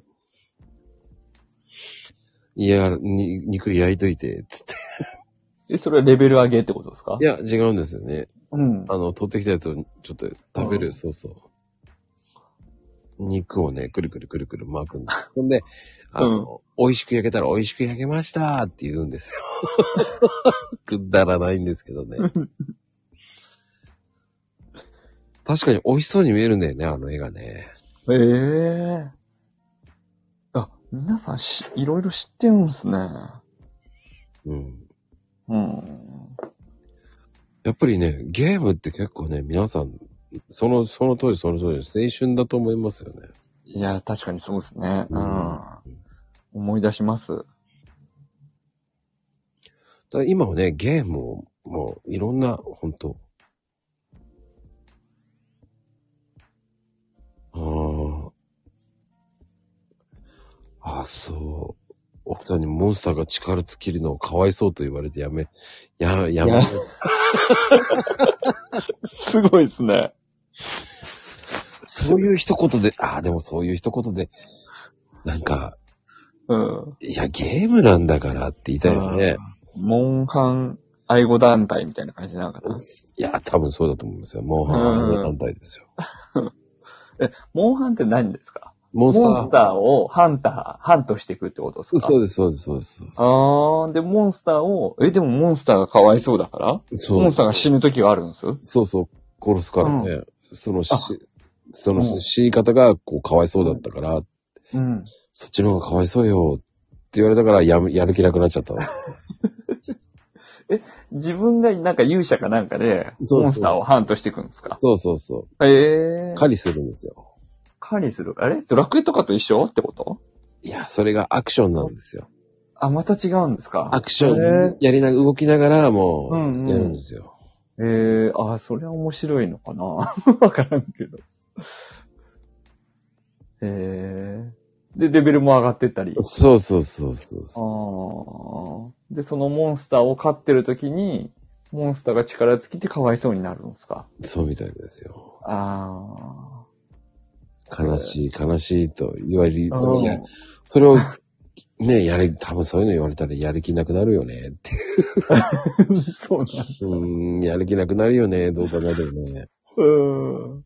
A: いや、に肉焼いといて、つって。
B: え、それはレベル上げってことですか
A: いや、違うんですよね。
B: うん。
A: あの、取ってきたやつをちょっと食べる、そうそう。肉をね、くるくるくるくる巻くんです。ほんで、あの、美味しく焼けたら美味しく焼けましたって言うんです よ。くだらないんですけどね。確かに美味しそうに見えるんだよね、あの絵がね。
B: ええあ、皆さんし、いろいろ知ってるんすね。
A: うん。
B: うん。
A: やっぱりね、ゲームって結構ね、皆さん、その、その当時その当時、青春だと思いますよね。
D: いや、確かにそうですね。う
A: うん
D: ん。思い出します。
A: だから今はね、ゲームを、もう、いろんな、本当ああ。ああ、そう。奥さんにモンスターが力尽きるのをかわいそうと言われてやめ、や、やめ
B: いや、すごいですね。
A: そういう一言で、ああ、でもそういう一言で、なんか、
B: うん。
A: いや、ゲームなんだからって言いたいよね。
B: モンハン愛護団体みたいな感じなのかな。
A: いや、多分そうだと思いますよ。もう、
B: うん
A: 反対ですよ。
B: モンハンって何ですか
A: モンスター。
B: モンスターをハンター、ハントしていくってことですか
A: そうです、そうです、そうです。そうです
B: あー、で、モンスターを、え、でもモンスターがかわいそうだから
A: そう
D: モンスターが死ぬ時があるんです
A: そうそう、殺すからね。その
D: あ
A: し、その
D: うん
A: 死に方がこうかわいそうだったから、
D: うん。
A: そっちの方がかわいそうよって言われたからやめ、やる気なくなっちゃ ったの。
B: 自分がなんか勇者かなんかで、
A: そうそう
B: モンスターをハントしていくんですか
A: そうそうそ
B: ええ
A: う。
B: ー。
A: 狩りするんですよ。
B: 狩りする。あれドラクエとかと一緒ってこと
A: いや、それがアクションなんですよ。
B: あ、また違うんですか
A: アクショ
B: え
A: ンやりな、動きながらも
B: うんうん
A: う、やるんですよ。
B: えー、あ、それは面白いのかな わからんけど。ええー。で、レベルも上がってったり。
A: そうそうそうそう
B: あ
A: そう。
B: ーで、そのモンスターを飼ってる時に、モンスターが力尽きてかわいそうになるんですか
A: そうみたいですよ。
B: あ
A: 悲しい、悲しいと言われる
B: あ。う
A: の
B: ん
A: いや、それをね、やれ、多分そういうの言われたらやる気なくなるよねって。
B: そうなんだ。
A: うーん、やる気なくなるよね、どう考えてもね。
B: うん。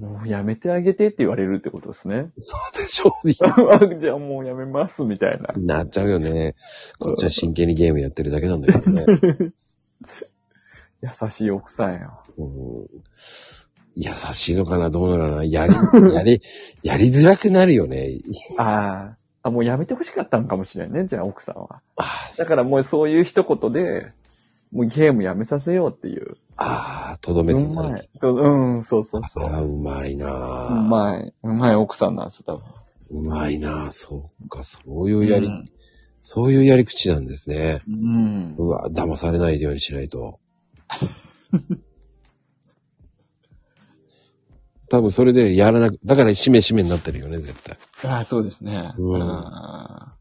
B: もうやめてあげてって言われるってことですね。
A: そうでしょう。
B: じゃあもうやめますみたいな。
A: なっちゃうよね。こっちは真剣にゲームやってるだけなんだけどね。
B: 優しい奥さんや。
A: うん優しいのかなどうなのかなやり、やり、やりづらくなるよね。
B: ああ。あ、もうやめてほしかったのかもしれないね、じゃあ奥さんは。
A: あ
B: だからも
A: う。
B: うそういう一言で、もうゲームやめさせようっていう。
A: ああ、とど
B: う
A: め刺され
B: ま
A: て。
B: い。うん、そうそう
A: そ
B: そう。
A: ら
B: う
A: うまいなぁ
B: まい。うまい奥さんなんですよ、多分。
A: うまいなぁそうか、そういうやり、そういうやり口なんですね。
B: うん。
A: うわ、騙されないようにしないと。多分それでやらなく、だからしめしめになってるよね、絶対。
B: ああ、そうですね。
A: うん
B: あー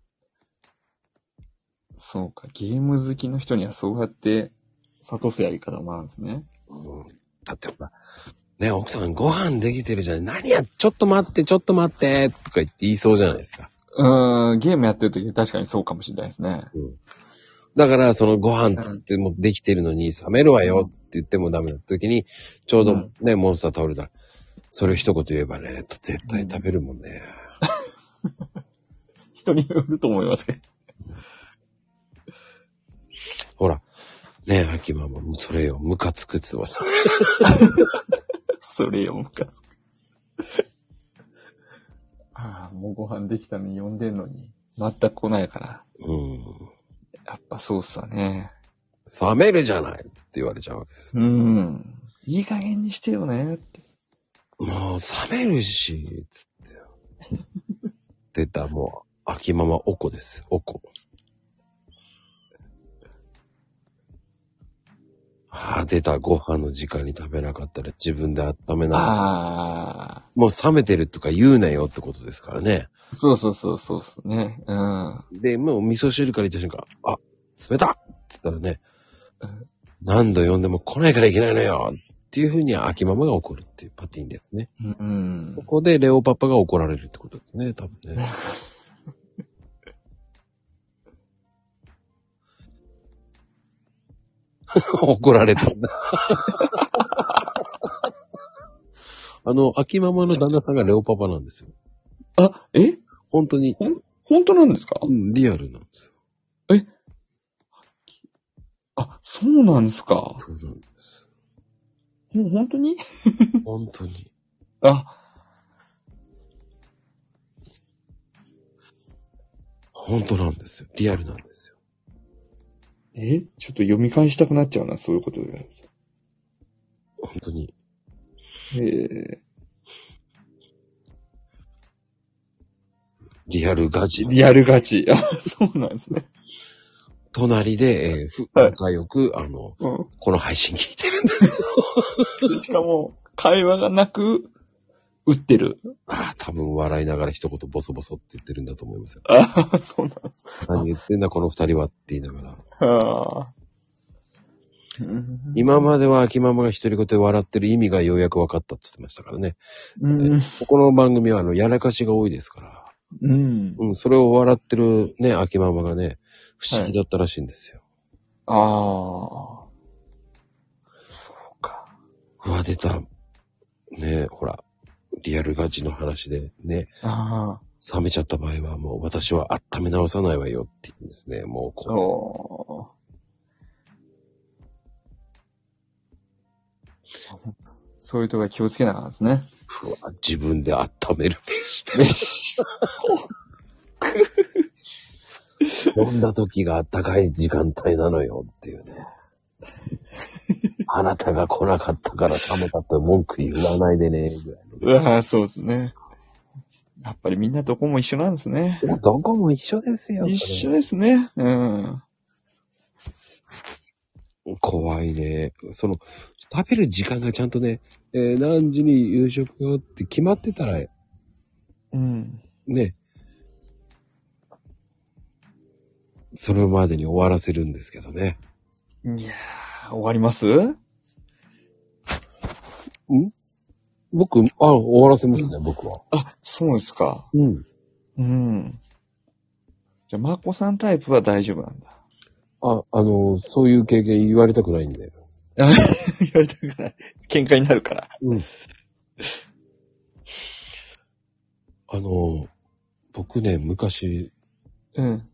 B: そうか、ゲーム好きの人にはそうやって悟すやり方もあるんですね。
A: うんだってほら、ね、奥さんご飯できてるじゃない。何や、ちょっと待って、ちょっと待って、とか言って言いそうじゃないですか。
B: うーん、ゲームやってる時確かにそうかもしれないですね。
A: だから、そのご飯作ってもできてるのに、冷めるわよって言ってもダメな時に、ちょうどね、モンスター倒れたら、それを一言言えばね、絶対食べるもんね。
B: 人によると思いますけど。
A: ほら、ね、秋ママもそれよ、ムカつくつばさ。
B: それよ、ムカつく。 ああ、もうご飯できたのに呼んでんのに、全く来ないから。
A: うん。
B: やっぱそうっすわね。
A: 冷めるじゃないって言われちゃうわけです。
B: うん。いい加減にしてよねって。
A: もう、冷めるし、つって。出た、もう、秋ママおこです。おこ。ああ、出た、ご飯の時間に食べなかったら自分で温めな
B: あ
A: もう冷めてるとか言うなよってことですからね。
B: あ、そうそうそうそうっすね。うん。
A: で、もう味噌汁から言った瞬間、あ、冷たって言ったらね
B: うん、
A: 何度呼んでも来ないからいけないのよっていうふうに秋ママが怒るっていうパティーンですね。
B: うん
A: ここでレオパパが怒られるってことですね、多分ね。 怒られたんだ。 あの、秋ママの旦那さんがレオパパなんですよ。
B: あ、え
A: 本当に、
B: 本当なんですか
A: うんリアルなんですよ。
B: あ、そうなんですか。ほ
A: そうなんです。
B: 本当に
A: 本当に。
B: あ、
A: 本当なんですよ。リアルなんですよ。
B: えちょっと読み返したくなっちゃうな、そういうことで。
A: 本当に。
B: え
A: リアルガチ
B: ー、。リアルガチ。あ、そうなんですね。
A: 隣で、えーふ
B: はい
A: 仲良く、あの、
B: う
A: この配信聞いてるんです。
B: ん。 しかも、会話がなく、打ってる。
A: あ あ、多分笑いながら一言ボソボソって言ってるんだと思いますよ。
B: あそうなんです。
A: 何言ってんだこの二人はって言いながら。
B: あ
A: 今までは秋ママが一人言で笑ってる意味がようやく分かったって言ってましたからね。
B: うん。
A: ここの番組はあの、やらかしが多いですから。
B: うん。
A: うん、それを笑ってるね、秋ママがね、不思議だったらしいんですよ。
B: ああ。そうか。
A: うわ、出た。ねえ、ほら、リアルガチの話で、ね、
B: ああ。
A: 冷めちゃった場合はもう私は温め直さないわよって言うんですね。もうこ
B: おそういうとこは気をつけなかったですね。
A: う、うわ自分で温めるべし
B: よ し。
A: だ。飲んだ時が暖かい時間帯なのよっていうね。あなたが来なかったから冷めたって文句言わないでね。ぐらいう
B: わぁ、そうですね。やっぱりみんなどこも一緒なんですね。
A: いや、どこも一緒ですよ。それ
B: 一緒ですね。うん。
A: 怖いね。その、食べる時間がちゃんとね、えー何時に夕食よって決まってたら、
B: うん。
A: ね、それまでに終わらせるんですけどね。
B: いやー終わります
A: 僕、あ、終わらせますね、僕は。
B: あ、そうですか。
A: うん。
B: うん。じゃあ、マコさんタイプは大丈夫なんだ。
A: あ、あの、そういう経験言われたくないんで。
B: 言われたくない。喧嘩になるから。
A: うん。あの、僕ね、昔、
B: うん。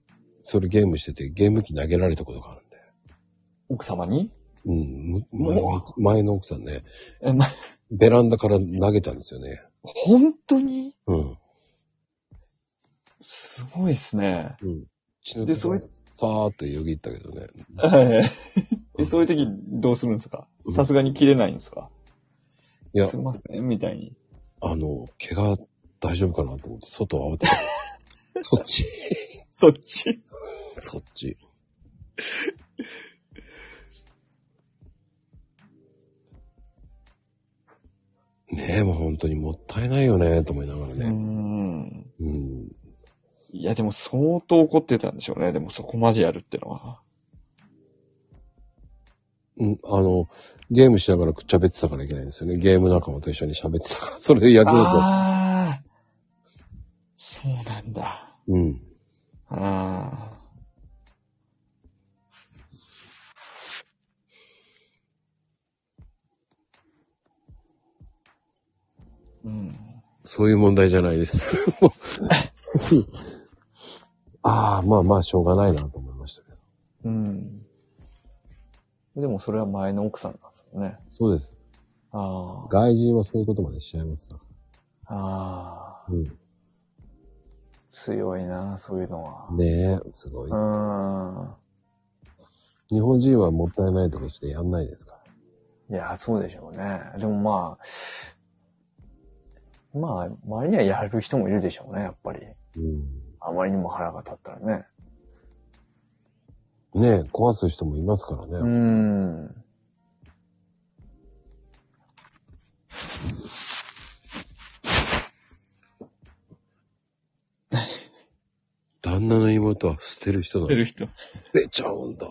A: それゲームしてて、ゲーム機投げられたことがあるんで。
B: 奥様に
A: うん。む前の奥前の奥さんね、
B: え、ま、
A: ベランダから投げたんですよね。
B: 本当に
A: うん。
B: すごいっすね。
A: うん。血の
B: でそれ
A: さーっとよぎったけどね。
B: え、そういう時どうするんですか
A: うん
B: さすがに切れないんですか
A: いや
B: すいません、みたいに。
A: あの、怪我大丈夫かなと思って、外を慌 てて。そっち。
B: そっち。
A: そっち。 ねえ、もう本当にもったいないよね、と思いながら
B: うー
A: ね。
B: ん。
A: うん。
B: いや、でも相当怒ってたんでしょうね。でもそこまでやるってのは。
A: うん、あの、ゲームしながらくっちゃべってたからいけないんですよね。ゲーム仲間と一緒に喋ってたから、 それでやけですよ。
B: ああ。そうなんだ。
A: うん。
B: ああ。うん。
A: そういう問題じゃないです。 もうああ、まあまあ、しょうがないなと思いましたけど。
B: うん。でもそれは前の奥さんなんですよね。
A: そうです。
B: ああ。
A: 外人はそういうことまでしちゃいますから。
B: ああ。
A: うん。
B: 強いな、そういうのは。
A: ねえ、すごい。
B: う
A: 日本人はもったいないとかしてやんないですから。
B: ん。いや、そうでしょうね。でもまあ、まあ、周りにはやる人もいるでしょうね、やっぱり。
A: う
B: あまりにも腹が立ったらね。
A: ん。ねえ、壊す人もいますからね。
B: うん。
A: 旦那の妹は捨てる人なの。
B: る人。
A: 捨てちゃうんだ。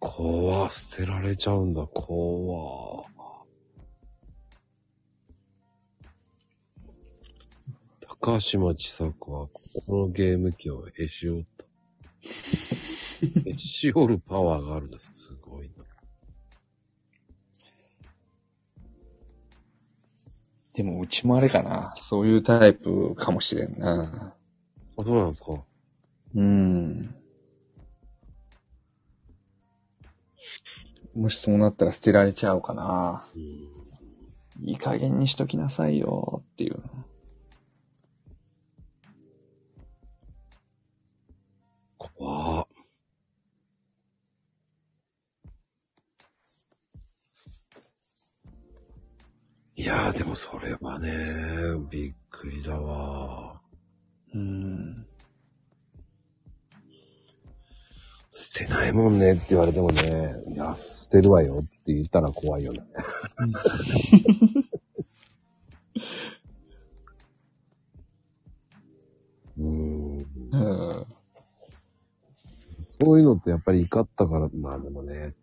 A: 怖捨てられちゃうんだ、怖高島千佐子はこのゲーム機をへし折った。へし折るパワーがあるんです。すごいな。
B: でも、うちもあれかな。そういうタイプかもしれんな。
A: あ、そうなんですか
B: うん。もしそうなったら捨てられちゃうかな。いい加減にしときなさいよっていう。
A: 怖っいやーでもそれはね、びっくりだわ。
B: うん。
A: 捨てないもんねって言われてもね、いや、捨てるわよって言ったら怖いよ ね。うーん。
B: うん。
A: そういうのってやっぱり怒ったから、まあでもね、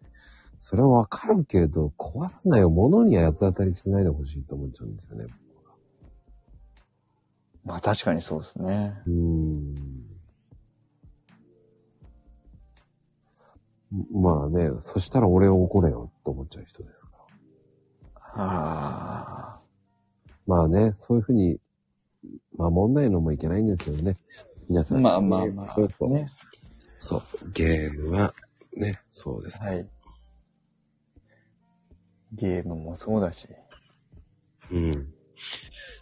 A: それはわかるけど、壊すなよ、物には八つ当たりしないでほしいと思っちゃうんですよね。
B: まあ確かにそうですね。
A: うーん。まあね、そしたら俺を怒れよと思っちゃう人ですから。
B: ああ。
A: まあね、そういうふうに守んないのもいけないんですよね。皆さん。
B: まあまあまあ。
A: そうそう。
B: ね。
A: そう。ゲームは、ね、そうです。
B: はい。ゲームもそうだし。
A: うん。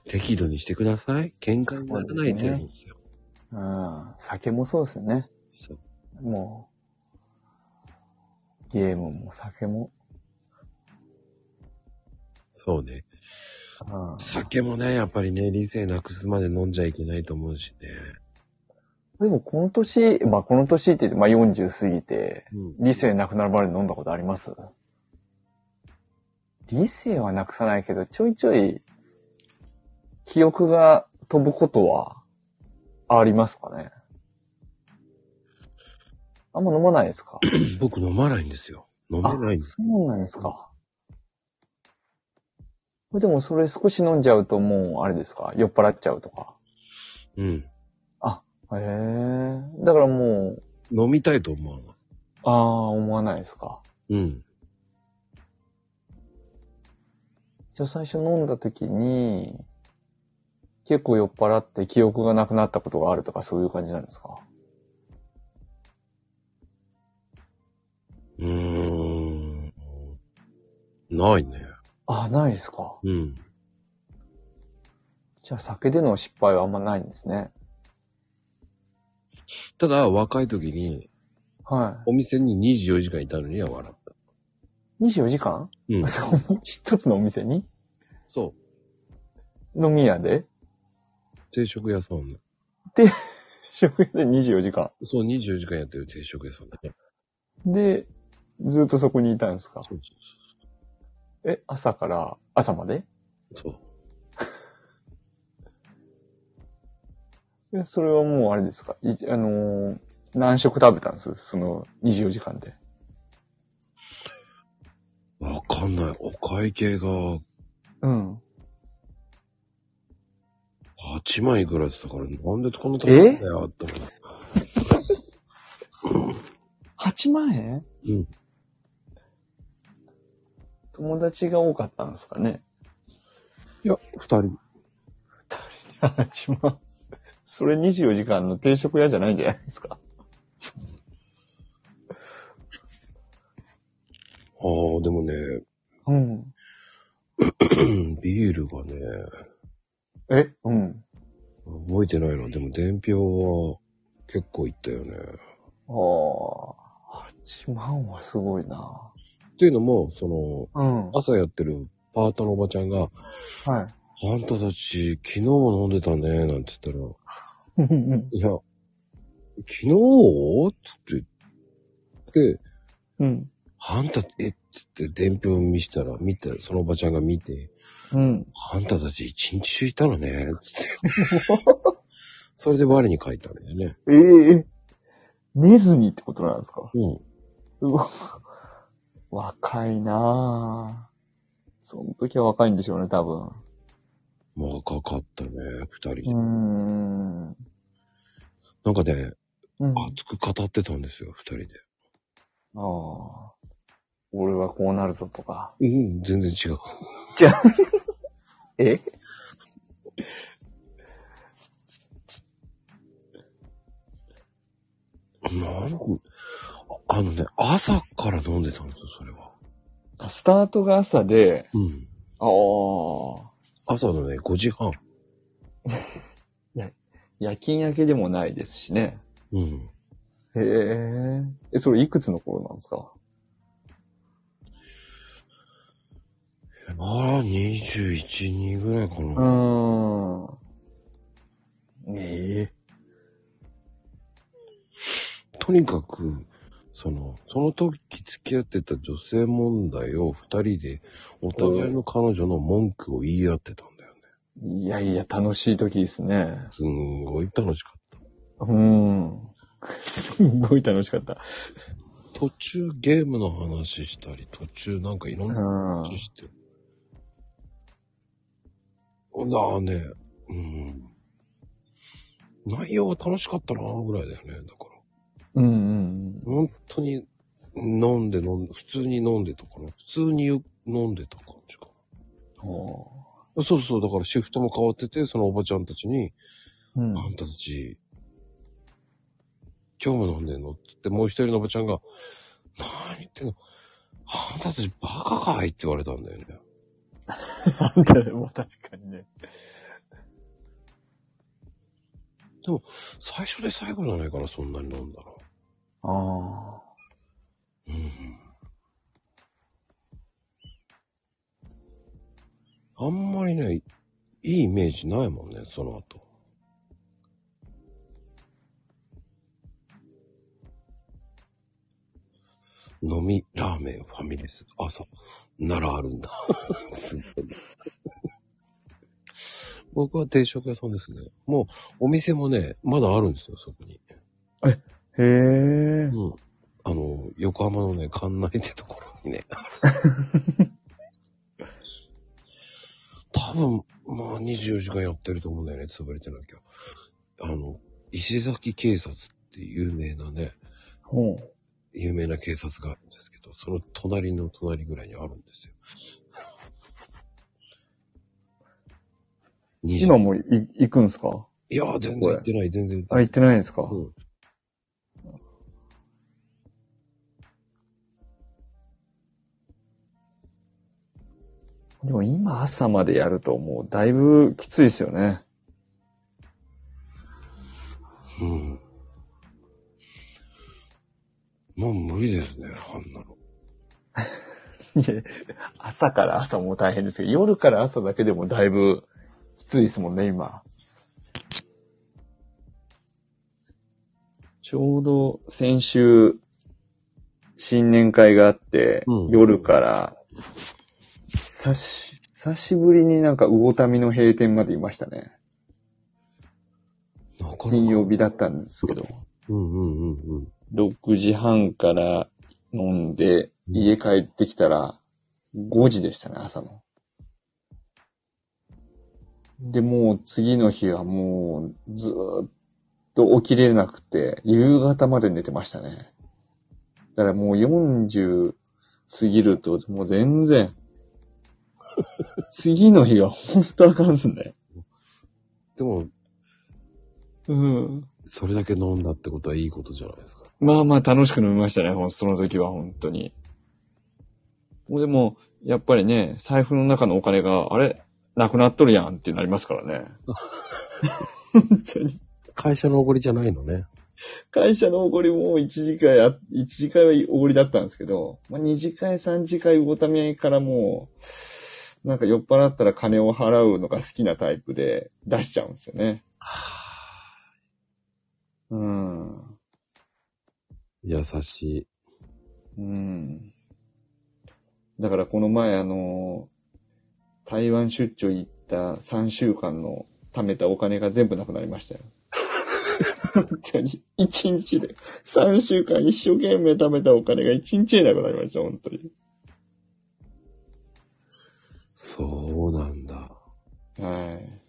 A: 適度にしてください。喧嘩にならないといいんですよ。
B: うん。酒もそうですよね。
A: そう。
B: もう。ゲームも酒も。
A: そうね。
B: うん。
A: 酒もね、やっぱりね、理性なくすまで飲んじゃいけないと思うしね。
B: でもこの年、まあこの年って言って、まあ40過ぎて、
A: うん。
B: 理性なくなるまで飲んだことあります理性はなくさないけど、ちょいちょい、記憶が飛ぶことは、ありますかねあんま飲まないですか
A: 僕飲まないんですよ。飲めないんです
B: そうなんですか。でもそれ少し飲んじゃうともう、あれですか酔っ払っちゃうとか。
A: うん。
B: へえ。だからもう、
A: 飲みたいと思わない。
B: ああ、思わないですか。
A: うん。
B: じゃあ最初飲んだ時に、結構酔っ払って記憶がなくなったことがあるとかそういう感じなんですか
A: うーん。ないね。
B: あ、ないですか。
A: うん。
B: じゃあ酒での失敗はあんまないんですね。
A: ただ、若い時に、
B: は
A: お店に24時間いたのには笑った。
B: い。24時間
A: うん
B: そう一つのお店に
A: そう。
B: 飲み屋で
A: 定食屋さんね。
B: 食屋で24時間。
A: そう、24時間やってる定食屋さんね。
B: で、ずっとそこにいたんですか
A: そう
B: え、朝から、朝まで
A: そう。そう
B: えそれはもうあれですかいあのー何食食べたんですその24時間で。
A: わかんない。お会計が
B: うん。
A: 8枚いくらって言ったから、なんでこんな高いんだよ、って思った。
B: 8万円
A: うん。
B: 友達が多かったんですかね
A: いや、二人。
B: ?8 万。それ24時間の定食屋じゃないんじゃないですか
A: ああ、でもね、
B: うん。
A: ビールがね、
B: えうん。
A: 覚えてないな。でも、伝票は結構いったよね。
B: ああ、8万はすごいな。
A: っていうのも、その、
B: うん。は
A: 朝やってるパートのおばちゃんが、
B: い。
A: あんたたち、昨日も飲んでたね、なんて言ったら、
B: うん
A: いや、昨日つって言って、
B: うん。
A: あんた、えっつって伝票見したら、見て、そのおばちゃんが見て、
B: うん。
A: あんたたち一日中いたのね、 つって。それで我に書いたんだよね。
B: ええ寝ずにってことなんですか
A: うん。
B: うわ若いなぁ。その時は若いんでしょうね、多分。
A: 若かったね、二
B: うー
A: 人。
B: ん。
A: なんかね、
B: うん、
A: 熱く語ってたんですよ、二人で。
B: ああ。俺はこうなるぞとか。
A: うん、全然違う。
B: え
A: なんかああのね、朝から飲んでたんですよ、それは。
B: スタートが朝で、
A: うん。
B: ああ。
A: 朝のね、5時半。
B: 夜勤明けでもないですしね。
A: うん。
B: へえ。え、それいくつの頃なんですか
A: あら、21、2ぐらいか
B: う
A: な。
B: ーん。ええ。
A: とにかく、その、その時付き合ってた女性問題を二人で、お互いの彼女の文句を言い合ってたんだよね。
B: いやいや、楽しい時ですね。
A: すんごい楽しかった。
B: うん。 すんごい楽しかった。
A: 途中ゲームの話したり、途中なんかいろん
B: う。
A: なん話して。だね、うん。内容は楽しかったな、ぐらいだよね。だから。
B: うんうん
A: 本当に、飲んで飲んで、普通に飲んでたから、普通によ飲んでた感じか
B: うん。お
A: な。そうそう、だからシフトも変わってて、そのおばちゃんたちに、
B: ーうん。
A: あんたたち、今日も飲んでんのって言って、もう一人のおばちゃんが、何言ってんのあんたたちバカかいって言われたんだよね。
B: なんだよ、まあ確かにね。
A: 最初で最後じゃないかな、そんなに飲んだの。
B: ああ。
A: うん。あんまりね、いいイメージないもんね、その後。飲み、ラーメン、ファミレス、朝、ならあるんだ。 すごい。僕は定食屋さんですね。もう、お店もね、まだあるんですよ、そこに。
B: へえ。
A: うん。あの、横浜のね、館内ってところにね。分、まあ24時間やってると思うんだよね、潰れてなきゃ。あの、石崎警察って有名なね、
B: ほう。
A: 有名な警察があるんですけど、その隣の隣ぐらいにあるんですよ。
B: 今
A: 今
B: もい行くんすか
A: いやー、全然行ってない、全然行って
B: あ、行ってないんですか、
A: ない。うん
B: でも今朝までやるともうだいぶきついですよね。
A: うん。もう無理ですね、あんなの。
B: 朝から朝も大変ですけど、夜から朝だけでもだいぶきついですもんね、今。ちょうど先週、新年会があって、
A: うん
B: 夜から、久し、久しぶりになんか魚民の閉店までいましたね。
A: なか
B: 金
A: なか。
B: 曜日だったんですけど。
A: うんうんうんうん。
B: 6時半から飲んで、家帰ってきたら、5時でしたね、朝の。で、もう次の日はもう、ずーっと起きれなくて、夕方まで寝てましたね。だからもう40過ぎると、もう全 然、次の日は本当あかんっすね。
A: でも、
B: うん。
A: それだけ飲んだってことはいいことじゃないですか。
B: まあまあ楽しく飲みましたね、ほんその時は本当に。もうでも、やっぱりね、財布の中のお金が、あれなくなっとるやんってなりますからね。本当に。
A: 会社のおごりじゃないのね。
B: 会社のおごりも1次会あ、1次会はおごりだったんですけど、まあ、2次会、3次会、ごたみ合いからもう、なんか酔っ払ったら金を払うのが好きなタイプで出しちゃうんですよね。うん。
A: 優しい。
B: うん。だからこの前あの、台湾出張行った3週間の貯めたお金が全部なくなりましたよ。本当に。1日で。3週間一生懸命貯めたお金が1日でなくなりました、本当に。
A: そうなんだ。
B: はい。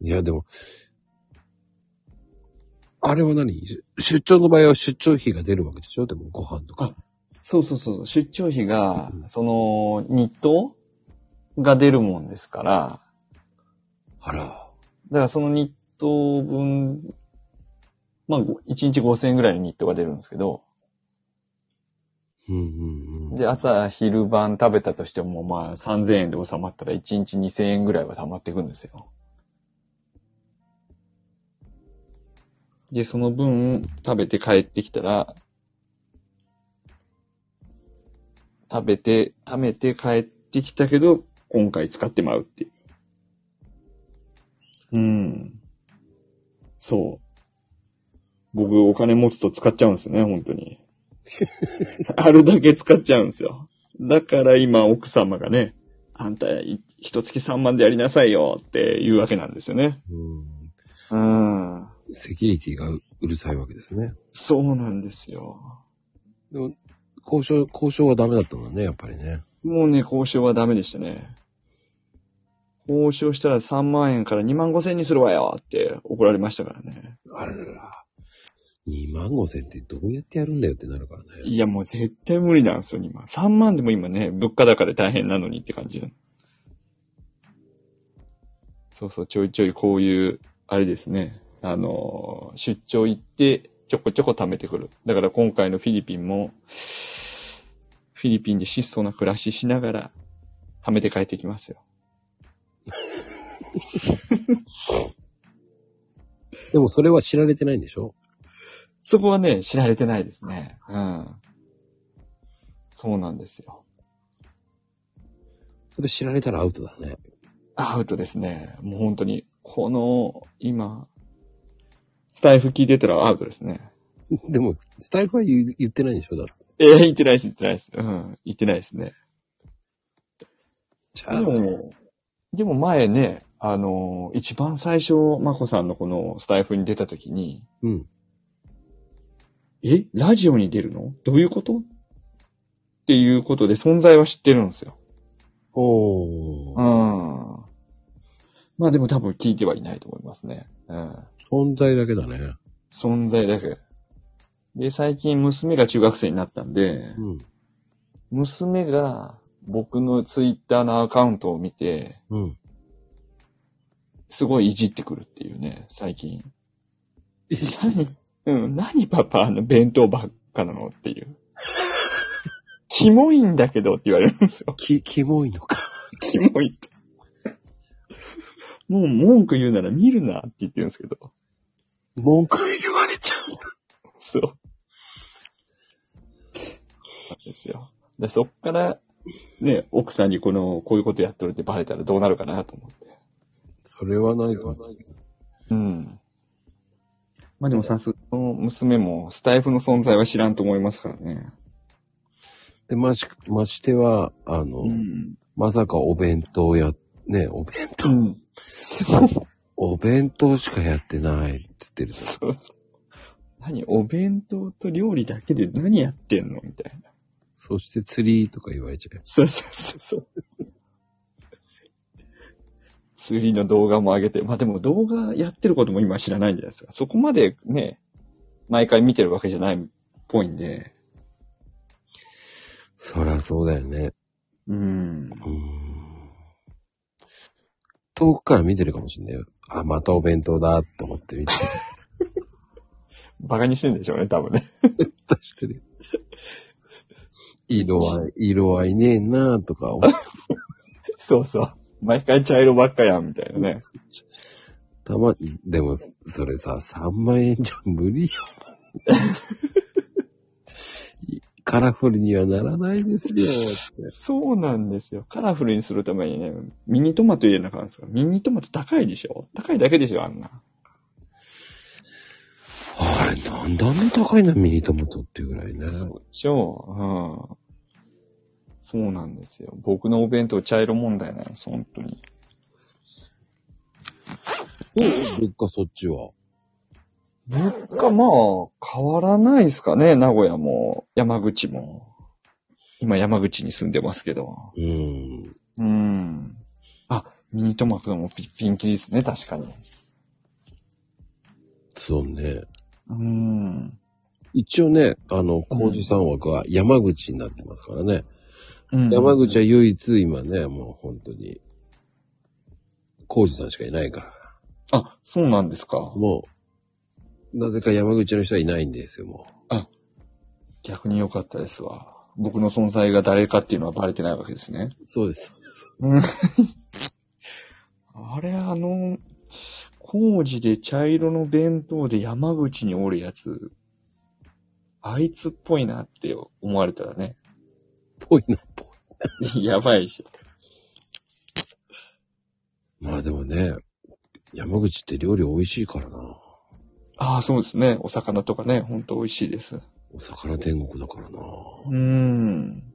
A: いや、でも、あれは何出出張の場合は出張費が出るわけでしょでもご飯とか。
B: そうそうそう。出張費が、その、日当が出るもんですから、
A: あら。
B: だからその日当分、まあ、1日5000円ぐらいの日当が出るんですけど、
A: うんうんうん。
B: で、朝、昼晩食べたとしても、まあ、3000円で収まったら、1日2000円ぐらいは溜まっていくんですよ。で、その分、食べて帰ってきたら、食べて、貯めて帰ってきたけど、今回使ってまうっていう。うん。そう。僕、お金持つと使っちゃうんですよね、本当に。 あるだけ使っちゃうんですよ。だから今奥様がね、あんたい、一月3万でやりなさいよっていうわけなんですよね。
A: うん
B: うん。
A: セキュリティがううるさいわけですね。
B: そうなんですよ。
A: でも、交渉、交渉はダメだったんだね、やっぱりね。
B: もうね、交渉はダメでしたね。交渉したら3万円から2万5千円にするわよって怒られましたからね。
A: あららら。2万5千ってどうやってやるんだよってなるからね。
B: いやもう絶対無理なんですよ、2万。3万でも今ね、物価高で大変なのにって感じ。そうそう、ちょいちょいこういう、あれですね。あのー、出張行って、ちょこちょこ貯めてくる。だから今回のフィリピンも、フィリピンで質素な暮らししながら、貯めて帰ってきますよ。
A: でもそれは知られてないんでしょ
B: そこはね、知られてないですね。うん。そうなんですよ。
A: それ知られたらアウトだね。
B: アウトですね。もう本当に、この、今、スタイフ聞いてたらアウトですね。
A: でも、スタイフは言う言ってないんでしょだって。
B: えー、言ってないです、言ってないです。うん、言ってないですね。
A: じゃ
B: で
A: あ、
B: も、でも前ね、あの、一番最初、まこさんのこのスタイフに出た時に、
A: うん。
B: え、ラジオに出るのどういうことっていうことで存在は知ってるんですよ。
A: お
B: う
A: ー。
B: ん。まあでも多分聞いてはいないと思いますね。うん。
A: 存在だけだね。
B: 存在だけ。で、最近娘が中学生になったんで、
A: うん。
B: 娘が僕のツイッターのアカウントを見て、
A: うん。
B: すごいいじってくるっていうね、最近。何、うん、何パパあの弁当ばっかなのっていう。キモいんだけどって言われるんですよ。
A: き、キモいのか。
B: キモいって。 もう文句言うなら見るなって言ってるんですけど。
A: 文句言われちゃう。
B: そう。なんですよ。で、そっから、ね、奥さんにこの、こういうことやっとるってバレたらどうなるかなと思って。
A: それはないか。
B: うん。まあでもさすがの娘もスタイフの存在は知らんと思いますからね。
A: で、まし、ましては、あの、
B: ん。
A: まさかお弁当や、ね、お弁当、
B: うん。そう。
A: お弁当しかやってないって言ってるじゃん。
B: そうそう。何お弁当と料理だけで何やってんのみたいな。
A: そして釣りとか言われちゃう。
B: そうそうそうそう。釣りの動画も上げて、まあでも動画やってることも今知らないんじゃないですか。そこまでね、毎回見てるわけじゃないっぽいんで。
A: そらそうだよね。
B: う
A: う
B: ん。
A: ーん。遠くから見てるかもしんないよ。あ、またお弁当だって思って見て。
B: バカにしてんでしょうね、多分ね。
A: 失 礼。色合い、色合いねえなとか思っ
B: そうそう。毎回茶色ばっかやん、みたいなね。
A: たま、でも、それさ、3万円じゃ無 理よ。カラフルにはならないですよ。
B: そうなんですよ。カラフルにするためにね、ミニトマト入れなあかったんですよ。ミニトマト高いでしょ高いだけでしょ、あんな。
A: あれ、なんであんな高いのミニトマトっていうぐらいね。
B: そうでしょう。うん。そうなんですよ。僕のお弁当茶色問題なんです、本当に。
A: 物価そっちは。
B: 物価、まあ、変わらないですかね、名古屋も、山口も。今、山口に住んでますけど。
A: うん。
B: うん。あ、ミニトマトもピッピンキリですね、確かに。
A: そうね。
B: うん。
A: 一応ね、あの、工事三枠は山口になってますからね。
B: うん
A: 山口は唯一今ね、もう本当に、工事さんしかいないから。
B: あ、そうなんですか。
A: もう、なぜか山口の人はいないんですよ、も
B: 逆に良かったですわ。僕の存在が誰かっていうのはバレてないわけですね。
A: う。そうです、そうです。
B: あれ、あの、工事で茶色の弁当で山口におるやつ、あいつっぽいなって思われたらね、
A: ぽいな、ぽい。
B: やばいし。
A: まあでもね、山口って料理美味しいからな。
B: ああ、そうですね。お魚とかね、ほんと美味しいです。
A: お魚天国だからな。
B: うーん。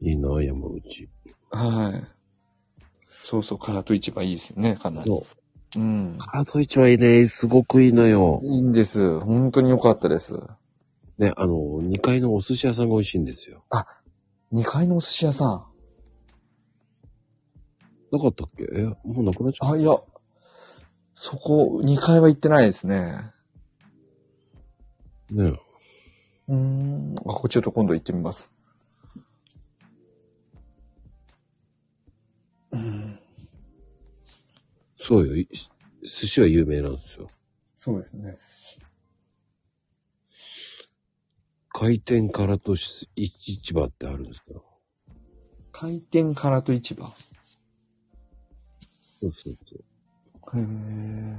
A: いいな、山口。
B: はい。そうそう、カラト市場いいですよね、かなり。
A: そう。
B: う。うん。
A: あと一はいいね、すごくいいのよ。
B: いいんです。本当に良かったです。
A: ね、あの、2階のお寿司屋さんが美味しいんですよ。
B: 2階のお寿司屋さん。
A: なかったっけえ、もうなくなっちゃった
B: あ、いや、そこ、2階は行ってないですね。
A: ねえ
B: うーん。あ、こっちょっと今度行ってみます。うん。
A: そうよ。いし寿司は有名なんですよ。
B: そうですね。
A: 回転からとし市場ってあるんですよ。
B: 回転からと市場。へ
A: そうそうそう。
B: え。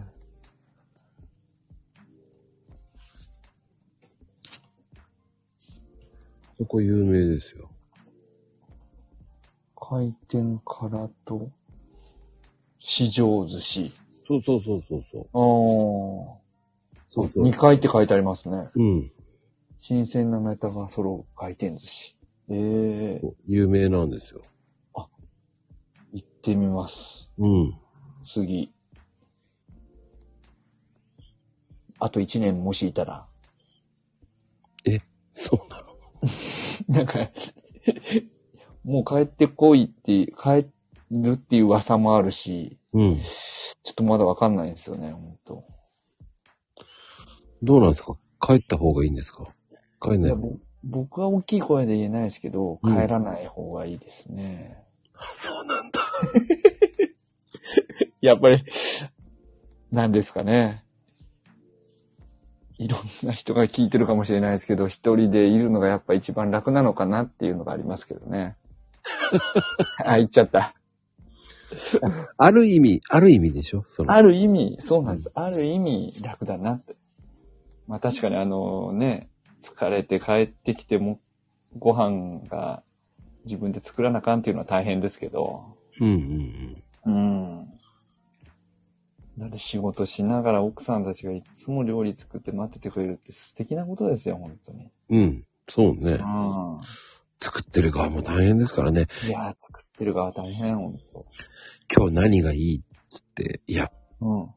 A: そこ有名ですよ。
B: 回転からと、市場寿司。
A: そうそうそうそうそう。
B: ああ。
A: そうそう。
B: 2階って書いてありますね。
A: うん。
B: 新鮮なネタが揃う回転寿司。ええ
A: 有名なんですよ。
B: 行ってみます。
A: うん。
B: 次。あと1年もしいたら。
A: そうなの。
B: なんか、もう帰ってこいって、帰るっていう噂もあるし、
A: うん。
B: ちょっとまだわかんないんですよね、ほんと。
A: どうなんですか帰った方がいいんですか帰ん
B: い
A: ない
B: や
A: 方が
B: ぼ僕は大きい声で言えないですけど、
A: うん
B: 帰らない方がいいですね。
A: あそうなんだ。
B: やっぱり、なんですかね。いろんな人が聞いてるかもしれないですけど、一人でいるのがやっぱ一番楽なのかなっていうのがありますけど ね。あ、言っちゃった。
A: ある意味、ある意味でしょその。
B: ある意味、そうなんです。ある意味楽だなって。まあ確かにあのね、疲れて帰ってきても、ご飯が自分で作らなあかんっていうのは大変ですけど。
A: うんうんうん。
B: うん。だって仕事しながら奥さんたちがいつも料理作って待っててくれるって素敵なことですよ、本当に。
A: うん。そうね。
B: う
A: 作ってる側も大変ですからね。
B: ん。いやー、作ってる側大変、本
A: 今日何がいいっつって、いや、
B: 当。うん。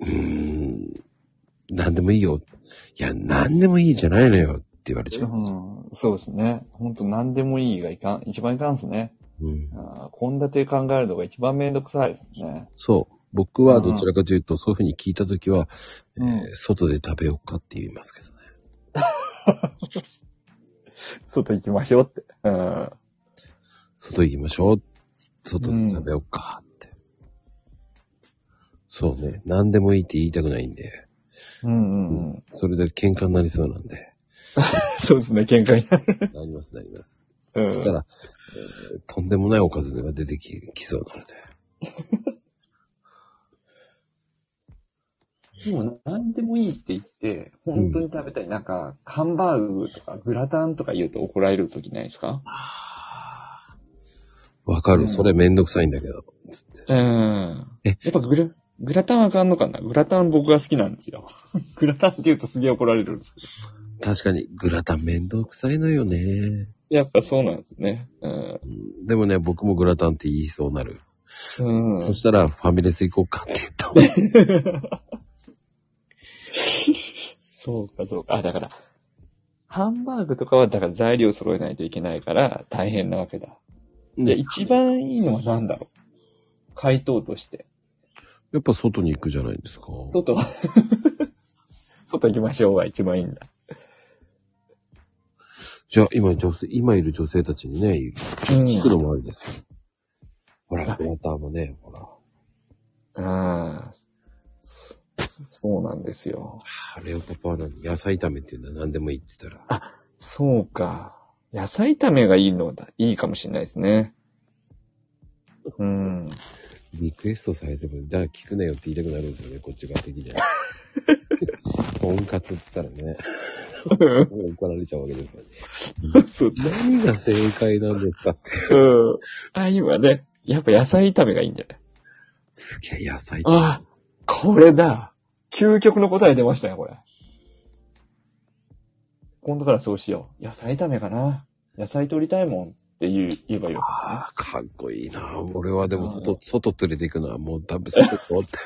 A: うーん、何でもいいよ。いや、何でもいいじゃないのよって言われちゃうんですよ。
B: うん、そうですね。本当何でもいいがいかん、一番いかんですね。
A: うん。
B: 献立考えるのが一番めんどくさいですね。
A: そう。僕はどちらかというと、そういうふうに聞いたときは、え
B: うん
A: ー外で食べようかって言いますけどね。
B: 外行きましょうって。うん。
A: 外行きましょう。外で食べようかって。そうね。何でもいいって言いたくないんで。
B: うんうんうん。
A: それで喧嘩になりそうなんで。
B: そうですね、喧嘩になる。
A: なります、なります。
B: うん
A: そしたら、えーとんでもないおかずが出てききそうなので。
B: でも何でもいいって言って、本当に食べたい。なんか、ハンバーグとかグラタンとか言うと怒られる時ないですか
A: わか
B: う
A: る。
B: ん
A: それめんどくさいんだけど。つって
B: うん。やっぱグラ、グラタンあかんのかなグラタン僕が好きなんですよ。グラタンって言うとすげえ怒られるんですけど。
A: 確かに、グラタンめんどくさいのよね。
B: やっぱそうなんですね。うん。
A: でもね、僕もグラタンって言いそうなる。
B: うん。
A: そしたら、ファミレス行こうかって言った方がいい
B: そうか、そうか。あ、だから、ハンバーグとかは、だから材料揃えないといけないから、大変なわけだ。じ
A: ね
B: ゃあ一番いいのは何だろう回答として。
A: やっぱ外に行くじゃないですか。
B: 外は 外行きましょうが一番いいんだ。
A: じゃあ、今、女性、今いる女性たちにね、
B: うん
A: 聞くのもありですよ。ほら、グラタンもね、ほら。
B: ああ、そそうなんですよ。
A: あれをパパは何野菜炒めっていうのは何でもいいって言ったら。
B: そうか。野菜炒めがいいのだ、いいかもしれないですね。 うん。
A: リクエストされても、だから聞くなよって言いたくなるんですよね、こっち側的には。 とんかつって言ったらね、もう怒られちゃうわけですからね。
B: そうそうそう。
A: 何が正解なんですかって。
B: うん。あ、今ね、やっぱ野菜炒めがいいんじゃない
A: すげえ野菜って。
B: あ、これだ。究極の答え出ましたね、これ。今度からそうしよう。野菜炒めかな。野菜取りたいもんって言う言えばいいわ
A: あーかっこいいな俺はでも外、外連れて行くのはもう多分外行こうって。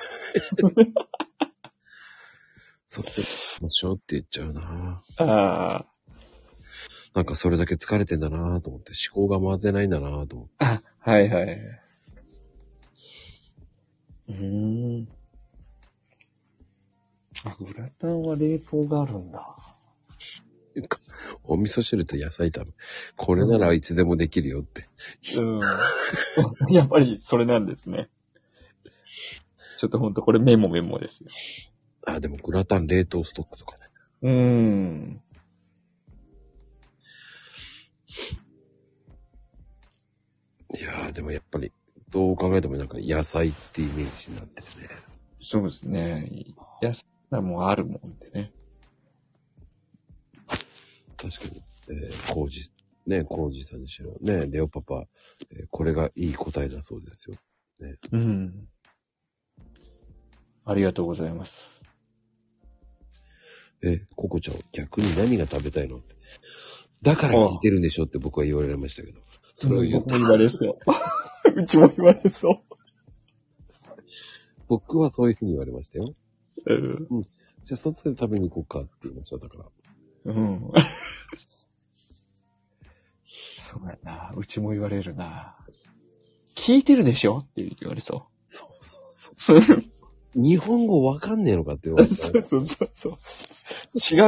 A: 外で行きましょうって言っちゃうな
B: けですね。あ
A: なんかそれだけ疲れてんだなと思って、思考が回ってないんだなと思って。
B: あ。あ、はいはい。うーん。あ、グラタンは冷凍があるんだ。
A: お味噌汁と野菜炒め。これならいつでもできるよって。
B: うん。 やっぱりそれなんですね。ちょっとほんとこれメモメモですよ。
A: あ、でもグラタン冷凍ストックとかね。
B: うーん。
A: いやーでもやっぱり、どう考えてもなんか野菜ってイメージになってるね。
B: そうですね。野菜もあるもんでね。
A: 確かに。えー、コージ、ね、コージさんにしろ、ね、レオパパ、えーこれがいい答えだそうですよ。
B: うん。ありがとうございます。
A: え、ココちゃん、逆に何が食べたいのって。だから聞いてるんでしょって僕は言われましたけど。それを言っ
B: 僕
A: た。
B: も言われそう。 うちも言われそ
A: 僕はそういうふうに言われましたよ。
B: う。
A: じゃあ、外で食べに行こうかって言いました。だから。
B: うん。そうやな。うちも言われるな。聞いてるでしょって言われそ
A: そうそうそう。
B: う。そう
A: 日本語わかんねえのかって言われた。
B: そうそうそうそう。違う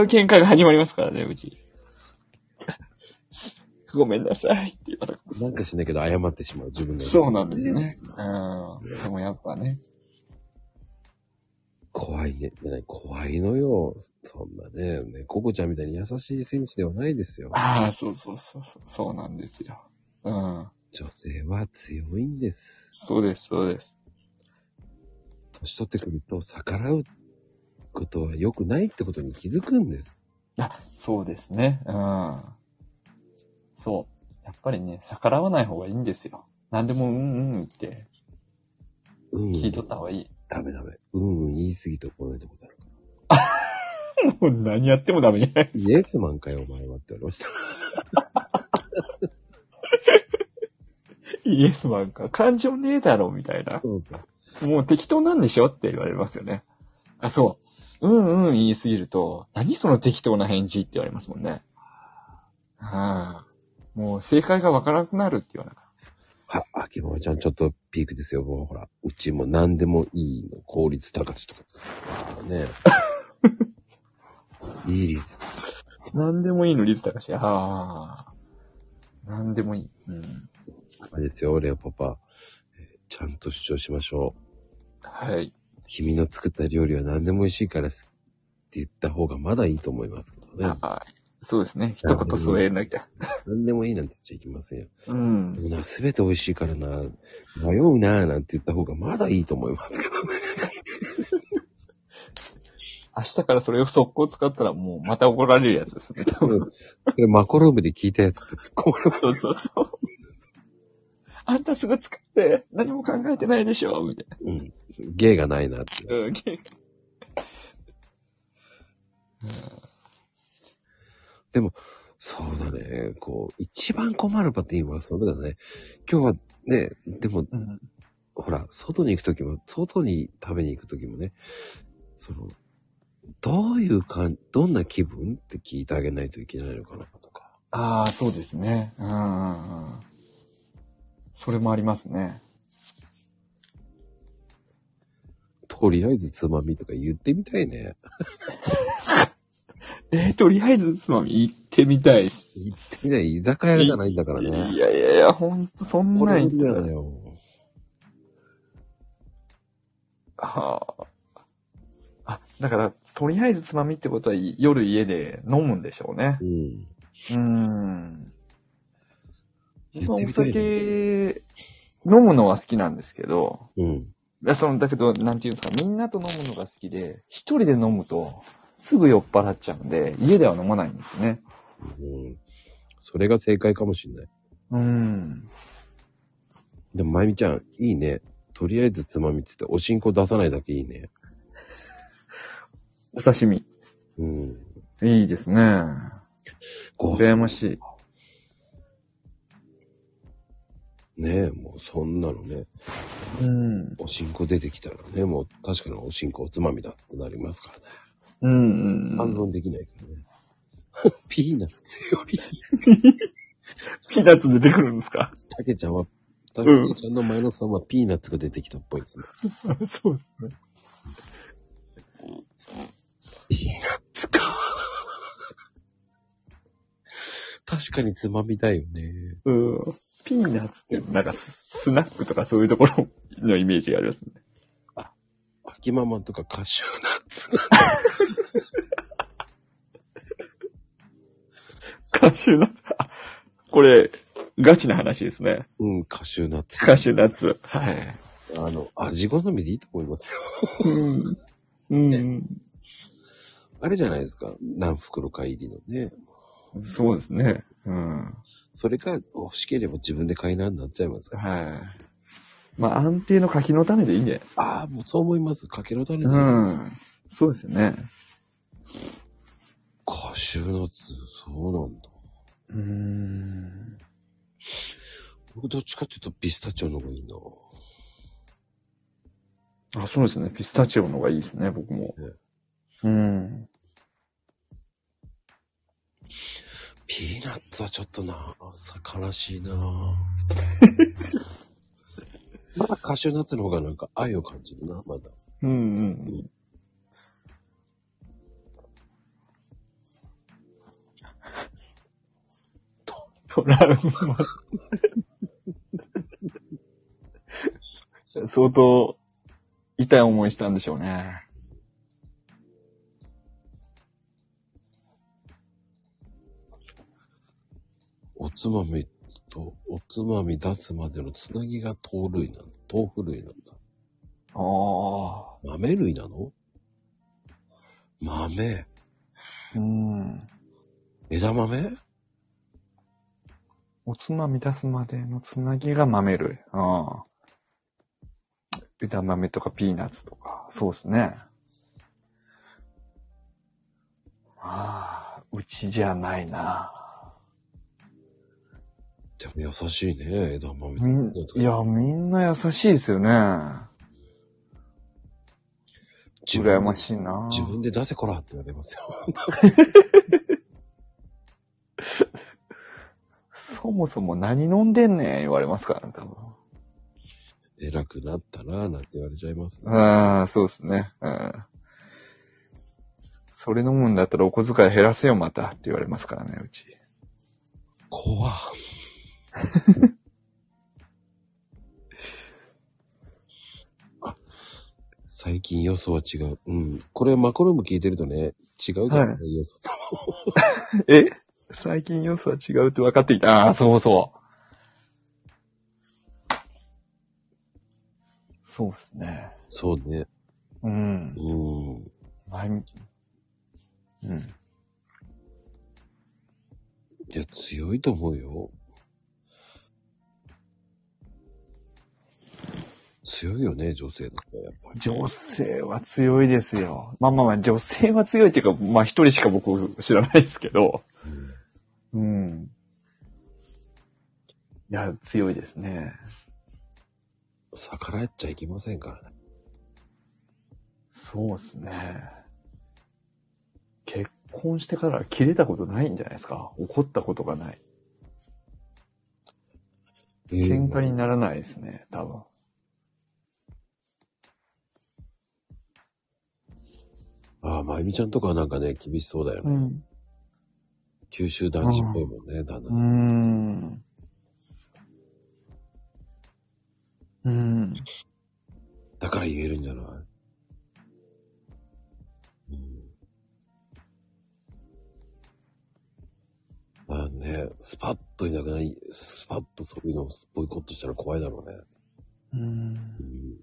B: 喧嘩が始まりますからね、うち。ごめんなさいって言われます
A: なんかしないけど謝ってしまう自分の。
B: そうなんですね。うん。でもやっぱね。
A: 怖いね。ね怖いのよ。そんなね。ね、ココちゃんみたいに優しい選手ではないですよ。
B: ああ、そうそうそうそう。そうなんですよ。うん。
A: 女性は強いんです。
B: そうです、そうです。
A: 年取ってくると逆らうことは良くないってことに気づくんです。
B: いや、そうですね。うん。そう。やっぱりね、逆らわない方がいいんですよ。何でもうんうん言って
A: うん、
B: 聞いとった方がいい。
A: ダメダメ。うんうん言い過ぎて怒られたことあるから。
B: もう 何やってもダメじゃない。
A: イエスマンかよ、お前はって言われました。
B: イエスマンか。感情ねえだろ、みたいな。
A: そうそう。
B: もう適当なんでしょって言われますよね。あ、そう。うんうん言いすぎると、何その適当な返事って言われますもんね。はあ、もう正解がわからなくなるって言わな
A: は、秋ママちゃんちょっとピークですよ。もうほら、うちも何でもいいの。効率高しとか。 ねいい率。
B: 何でもいいの、リズタカシ。ああ。何でもいい。うん。
A: あれですよ、レオパパ。えーちゃんと主張しましょう。
B: はい。
A: 君の作った料理は何でも美味しいから好きって言った方がまだいいと思いますけどね。
B: はい。そうですね。一言添えなきゃ。
A: 何でもいいなんて言っちゃいけませんよ。
B: うん
A: で。もな、すべて美味しいからな、迷うな、なんて言った方がまだいいと思いますけどね。
B: 明日からそれを速攻使ったらもうまた怒られるやつですね。多分
A: これマコロームで聞いたやつって突っ込まれます。
B: そうそうそう。あんたすぐ作って何も考えてないでしょみたいな。
A: うん。芸がないなって。
B: うんゲ
A: そうだね。こう、一番困るパティーンはそれだね。今日はね、でも、
B: うん
A: ほら、外に行くときも、外に食べに行くときもね、その、どういう感、どんな気分って聞いてあげないといけないのかなとか。
B: ああ、そうですね。うんうんうん。それもありますね。
A: とりあえずつまみとか言ってみたいね。
B: えーとりあえずつまみ行ってみたいです。
A: 言ってみない。居酒屋じゃないんだから
B: いやい
A: ね。
B: やいや、ほんとそん
A: こ
B: な
A: れ
B: ん
A: 無理
B: 言
A: な
B: った
A: の
B: ら
A: よ。
B: はあ。あ、だから、とりあえずつまみってことは夜家で飲むんでしょうね
A: う。ん。
B: うん。
A: 言
B: お
A: ってみたいね
B: 酒、飲むのは好きなんですけど、
A: うん。
B: いや、その、だけど、なんていうんですか、みんなと飲むのが好きで、一人で飲むと、すぐ酔っ払っちゃうんで、家では飲まないんですよね。
A: うん。それが正解かもしれない。
B: うん。
A: でも、まゆみちゃん、いいね。とりあえずつまみっつって、おしんこ出さないだけいいね。
B: お刺身。
A: うん。
B: いいですね。
A: ご
B: 羨ましい。
A: ねえ、もうそんなのね。
B: うん。
A: おしんこ出てきたらね、もう確かにおしんこおつまみだってなりますからね。
B: うん、う
A: 反
B: ん。
A: 論できないからね。 ピーナッツより、
B: ピーナッツ出てくるんですか
A: たけちゃんは、たけちゃんの前の奥さんはピーナッツが出てきたっぽいですね。
B: そうですね。
A: つか確かにつまみだよね。
B: うん。ピーナッツって、なんか、スナックとかそういうところのイメージがありますね。
A: 秋ママとかカシューナッ ツ。
B: カシューナッツ。あ、これ、ガチな話ですね。
A: うん、カシューナッツ。
B: カシューナッツ。はい。
A: あの、味好みでいいと思いますよ。
B: うん。うん。
A: あれじゃないですか。何袋か入りのね。
B: そうですね。うん。
A: それか、欲しければ自分で買いなになっちゃいますから。
B: はい。まあ、安定の柿の種でいいんじゃないですか。
A: ああ、もうそう思います。かけの種で、
B: うん。そうですね。
A: カシューナッツ、そうなんだ。
B: うん。
A: 僕どっちかっていうとピスタチオの方がいいな。
B: あ、そうですね。ピスタチオの方がいいですね、僕も
A: ね。
B: うん。
A: ピーナッツはちょっとな、さ悲しいな まだカシューナッツの方がなんか愛を感じるな、まだ。
B: うんうん。トラウマ。 相当痛い思いしたんでしょうね。
A: おつまみと、おつまみ出すまでのつなぎが豆類なん豆腐類なんだ。
B: ああ。
A: 豆類なの豆
B: うん。
A: 枝豆
B: おつまみ出すまでのつなぎが豆類。ああ。枝豆とかピーナッツとか。そうですね。ああ、うちじゃないな。
A: でも優しいね、枝豆
B: みんいや、みんな優しいですよね。
A: 自分で
B: 羨ましいな。
A: 自分で出せこらって言われますよ。
B: そもそも何飲んでんねん言われますからね、多分。
A: 偉くなったなぁなんて言われちゃいますね。
B: ああ、そうですね。うん。それ飲むんだったらお小遣い減らせよ、また。って言われますからね、うち。
A: 怖っ あ最近予想は違う。うん。これマコルーム聞いてるとね、違うからね、
B: は
A: 予想と。
B: え最近要素は違うって分かってきた。ああ、そうそう。そうですね。
A: そうね。
B: うん。
A: うん。
B: 前みうん。
A: いや、強いと思うよ。強いよね、女性の方はやっぱり。
B: 女性は強いですよ。まあまあまあ、女性は強いっていうか、まあ一人しか僕知らないですけど。
A: うん
B: うん。いや、強いですね。
A: 逆らっちゃいけませんからね。
B: そうですね。結婚してから切れたことないんじゃないですか怒ったことがない。喧嘩にならないですね、多分。
A: ああ、まゆみちゃんとかはなんかね、厳しそうだよね。
B: ん。
A: 九州男子っぽいもんね、旦那
B: う
A: さん。
B: ん。うん。
A: だから言えるんじゃない、うん、まあね、スパッといなくない、スパッとそういうのをボイコットしたら怖いだろうね。
B: うん
A: うん、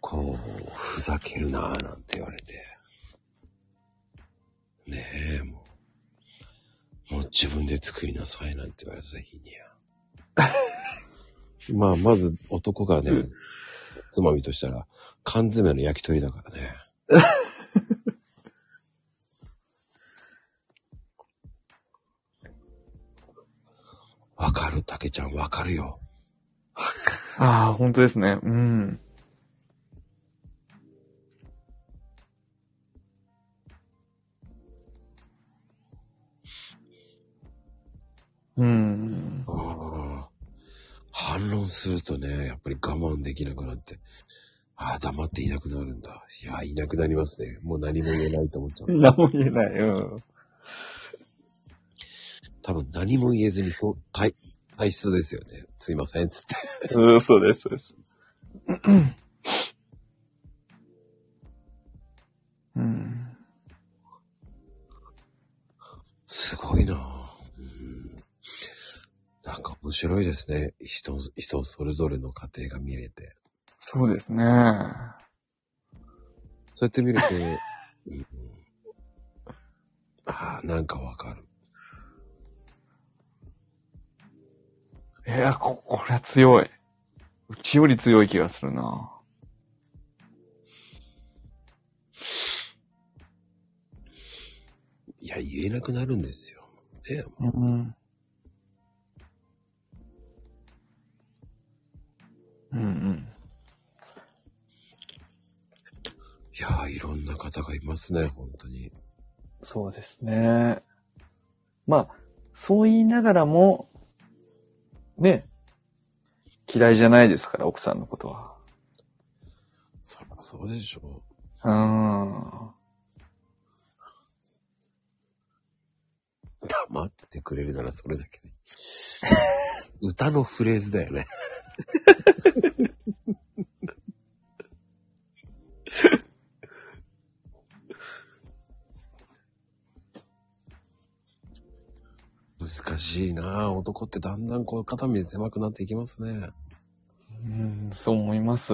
A: こう、ふざけるなぁなんて言われて。ねえ、もう。もう自分で作りなさいなんて言われた日にや。まあ、まず男がね、つまみとしたら、缶詰の焼き鳥だからね。わかる、たけちゃん、わかるよ。
B: ああ、本当ですね。うん。うん。
A: ああ。反論するとね、やっぱり我慢できなくなって、ああ、黙っていなくなるんだ。いや、いなくなりますね。もう何も言えないと思っちゃう。
B: 何も言えない。うん。
A: 多分何も言えずに、そう、体、体質ですよね。すいません、つって。
B: うん、そうです、そうです。うん。
A: すごいなあうんなんか面白いですね。人、人それぞれの家庭が見れて。
B: そうですね。
A: そうやって見ると、うんああ、なんかわかる。
B: いや、こ、これは強い。うちより強い気がするな。
A: いや、言えなくなるんですよ。ね、
B: うん。うんうん。
A: いやー、いろんな方がいますね、本当に。
B: そうですね。まあ、そう言いながらも、ね、嫌いじゃないですから、奥さんのことは。
A: そりゃそうでしょ
B: うーん。
A: う。黙ってくれるならそれだけでいい。歌のフレーズだよね。 難しいなあ男ってだんだんこう肩身狭くなっていきますね。
B: うん、そう思います。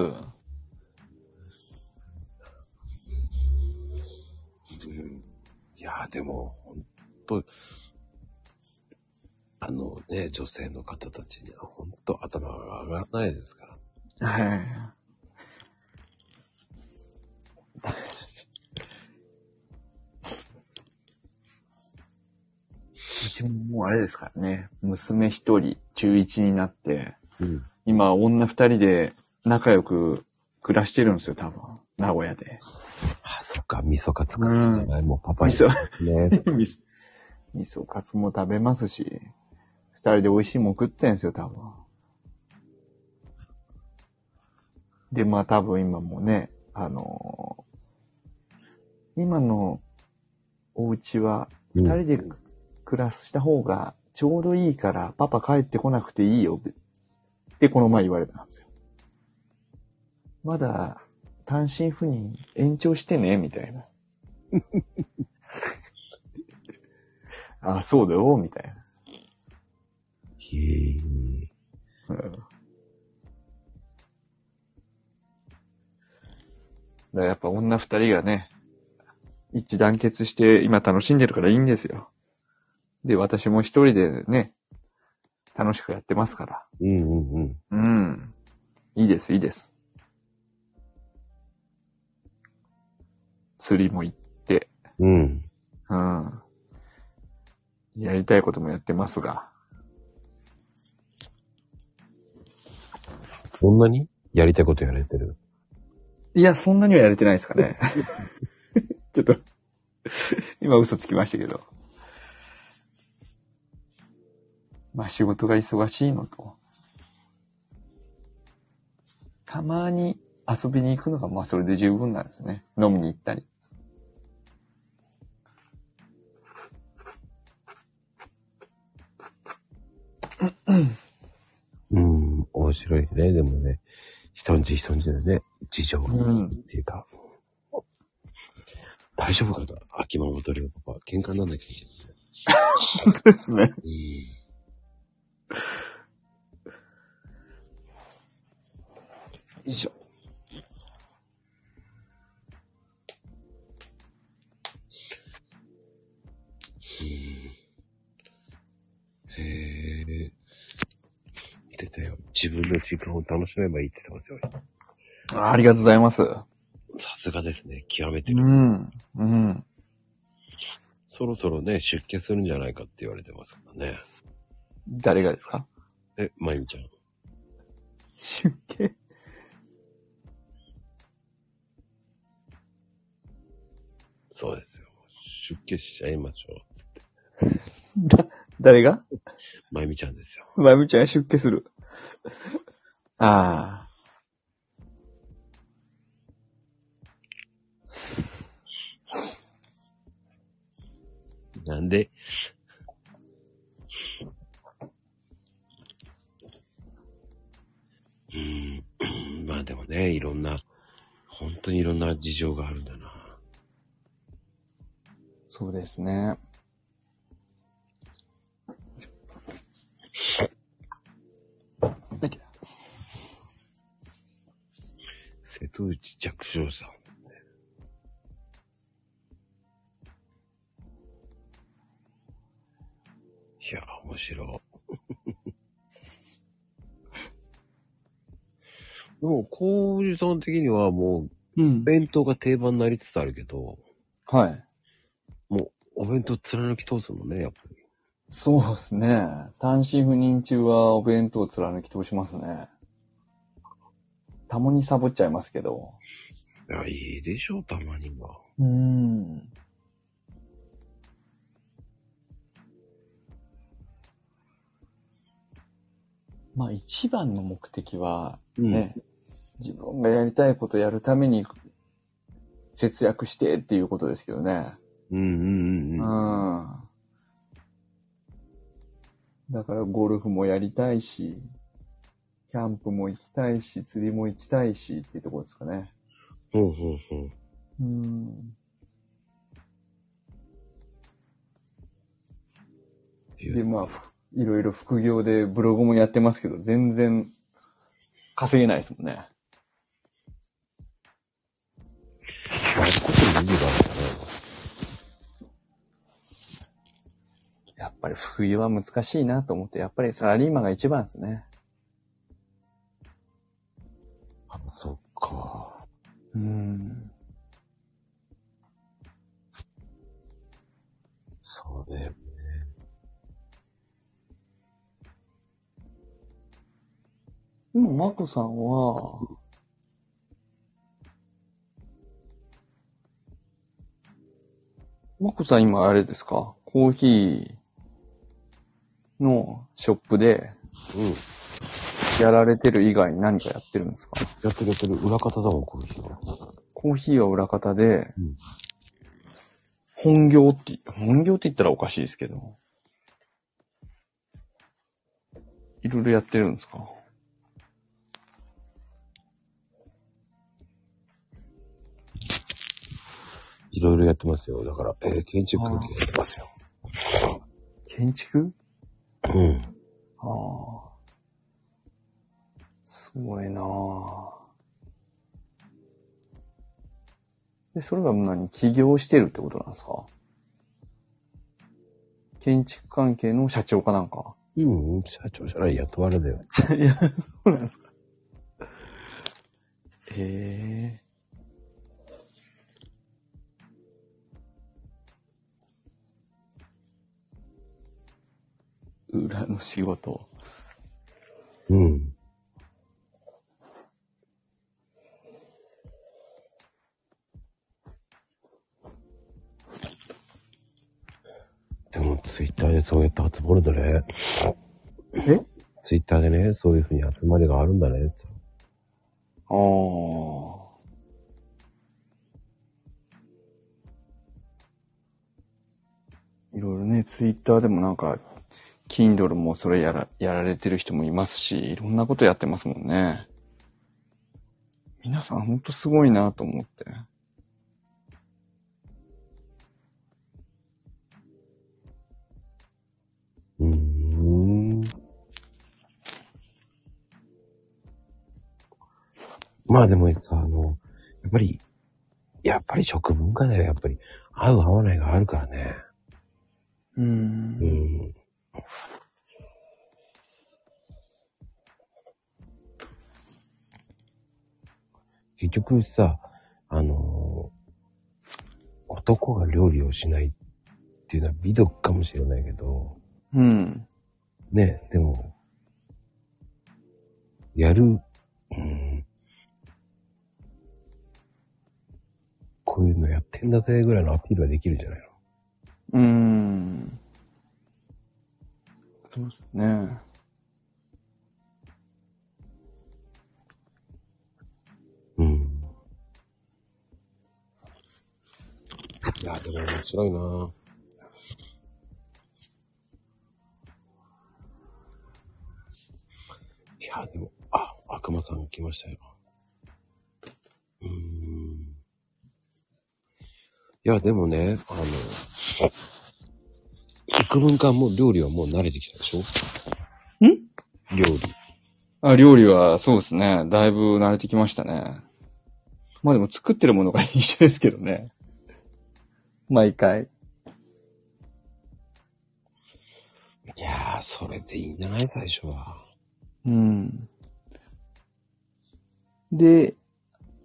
A: いやーでも、ほんと、あのね、女性の方たちにはほんと頭が上がらないですから。
B: はい。私ももうあれですからね、娘一人、中一になって、
A: うん。
B: 今女二人で仲良く暮らしてるんですよ、多分。名古屋で。
A: あ、そっか、味噌カツか。前もパパに。
B: 味噌、
A: ね。
B: 味噌、味噌カツも食べますし、二人で美味しいもん食ってんすよ、多分。で、まあ多分今もね、あのー今のお家は二人でく暮らした方がちょうどいいから、パパ帰ってこなくていいよってこの前言われたんですよ。まだ単身赴任延長してね、みたいな。あ、そうだよ、みたいな。
A: へえ。
B: うんだからやっぱ女二人がね、一致団結して今楽しんでるからいいんですよ。で、私も一人でね、楽しくやってますから。
A: うんうんうん。
B: うん。いいです、いいです。釣りも行って、
A: うん。
B: うん。やりたいこともやってますが。
A: そんなにやりたいことやれてる。
B: いや、そんなにはやれてないですかね。 ちょっと、今嘘つきましたけど。まあ仕事が忙しいのと。たまに遊びに行くのがまあそれで十分なんですね。飲みに行ったり。
A: うん。面白いね。でもね、人んち人んちでね、事情が
B: うん
A: っていうか、大丈夫かな秋間元良パパ、喧嘩になんなきゃいけない。
B: 本当ですね。
A: うん
B: 以上。
A: へえ。出たよ。自分の時間を楽しめばいいって言ってますよ。
B: あありがとうございます。
A: さすがですね。極めて
B: う
A: る。
B: ん。うん。
A: そろそろね、出家するんじゃないかって言われてますからね。
B: 誰がですか
A: え、まゆみちゃん。
B: 出家。
A: そうですよ。出家しちゃいましょう。
B: だ、誰が
A: まゆみちゃんですよ。
B: まゆみちゃんが出家する。ああ。
A: なんでうーん。まあでもね、いろんな、本当にいろんな事情があるんだな。
B: そうですね。
A: 瀬戸内寂聴さん。いや、面白い。 でも、こうじさん的にはもう、
B: うん。
A: 弁当が定番になりつつあるけど、
B: はい。
A: もう、お弁当貫き通すもんね、やっぱり。
B: そうですね。単身赴任中はお弁当を貫き通しますね。たまにサボっちゃいますけど。
A: いや、いいでしょう、たまには。
B: うん。まあ一番の目的は、
A: うん。
B: ね、自分がやりたいことやるために節約してっていうことですけどね。
A: うんうんうん
B: う
A: うん。
B: ん。だからゴルフもやりたいし、キャンプも行きたいし、釣りも行きたいしっていうところですかね。
A: ほうほうほう。
B: うん。で、まあ、ふいろいろ副業でブログもやってますけど、全然稼げないですもんね。
A: やることに意義があるんだね。
B: やっぱり副業は難しいなと思って、やっぱりサラリーマンが一番ですね。
A: あそっか。
B: うん。
A: そうだよね。
B: でも、マコさんは、マコさん今あれですかコーヒーのショップで
A: うん。
B: やられてる以外に何かやってるんですか
A: やってくれてる裏方だもん、この人は。
B: コーヒーは裏方で
A: うん、
B: 本業って、本業って言ったらおかしいですけど、いろいろやってるんですか
A: いろいろやってますよ。だから、えー、建築関係やってますよ。
B: 建築
A: うん。
B: ああ。すごいなあで、それは何起業してるってことなんですか建築関係の社長かなんか。
A: うん、社長じゃない、雇われだよ。
B: いや、そうなんですか。へえ。裏の仕事。
A: うん。でも、ツイッターでそうやって集まるんだね。
B: え
A: ツイッターでね、そういうふうに集まりがあるんだね。
B: ああ。いろいろね、ツイッターでもなんか、Kindle もそれやら、やられてる人もいますし、いろんなことやってますもんね。皆さんほんとすごいなと思って。
A: うーん。まあでもさ、あの、やっぱり、やっぱり食文化だよ、やっぱり。合う合わないがあるからね。
B: う。
A: うんん。結局さ、あの男が料理をしないっていうのは美徳かもしれないけど、
B: うん。
A: ね、でも、やる、うん、こういうのやってんだぜぐらいのアピールはできるんじゃないの
B: うん。そうですね。
A: うん。いや、でも面白いなぁ。いや、でも、あ、悪魔さん来ましたよ。うーん。いや、でもね、あの、幾分間もう料理はもう慣れてきたでしょん料理。
B: あ、料理はそうですね。だいぶ慣れてきましたね。まあでも作ってるものが一緒ですけどね。毎回。
A: いやー、それでいいんじゃない最初は。
B: うん。で、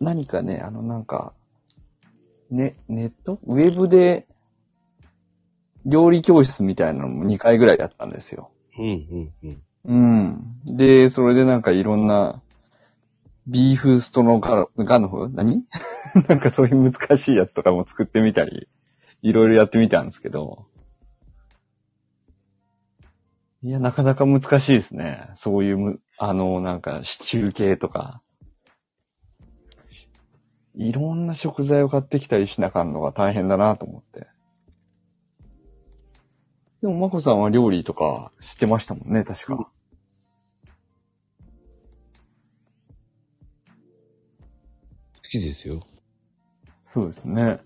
B: 何かね、あのなんか、ね、ネットウェブで料理教室みたいなのも2回ぐらいやったんですよ。
A: うん、うん、うん。
B: うん。で、それでなんかいろんな、ビーフストのガロガノフ何 なんかそういう難しいやつとかも作ってみたり、いろいろやってみたんですけど、いや、なかなか難しいですね。そういうむ、あの、なんか、シチュー系とか。いろんな食材を買ってきたりしなあかんのが大変だなと思って。でも、まこさんは料理とか知ってましたもんね、確か。
A: きですよ。
B: そうですね。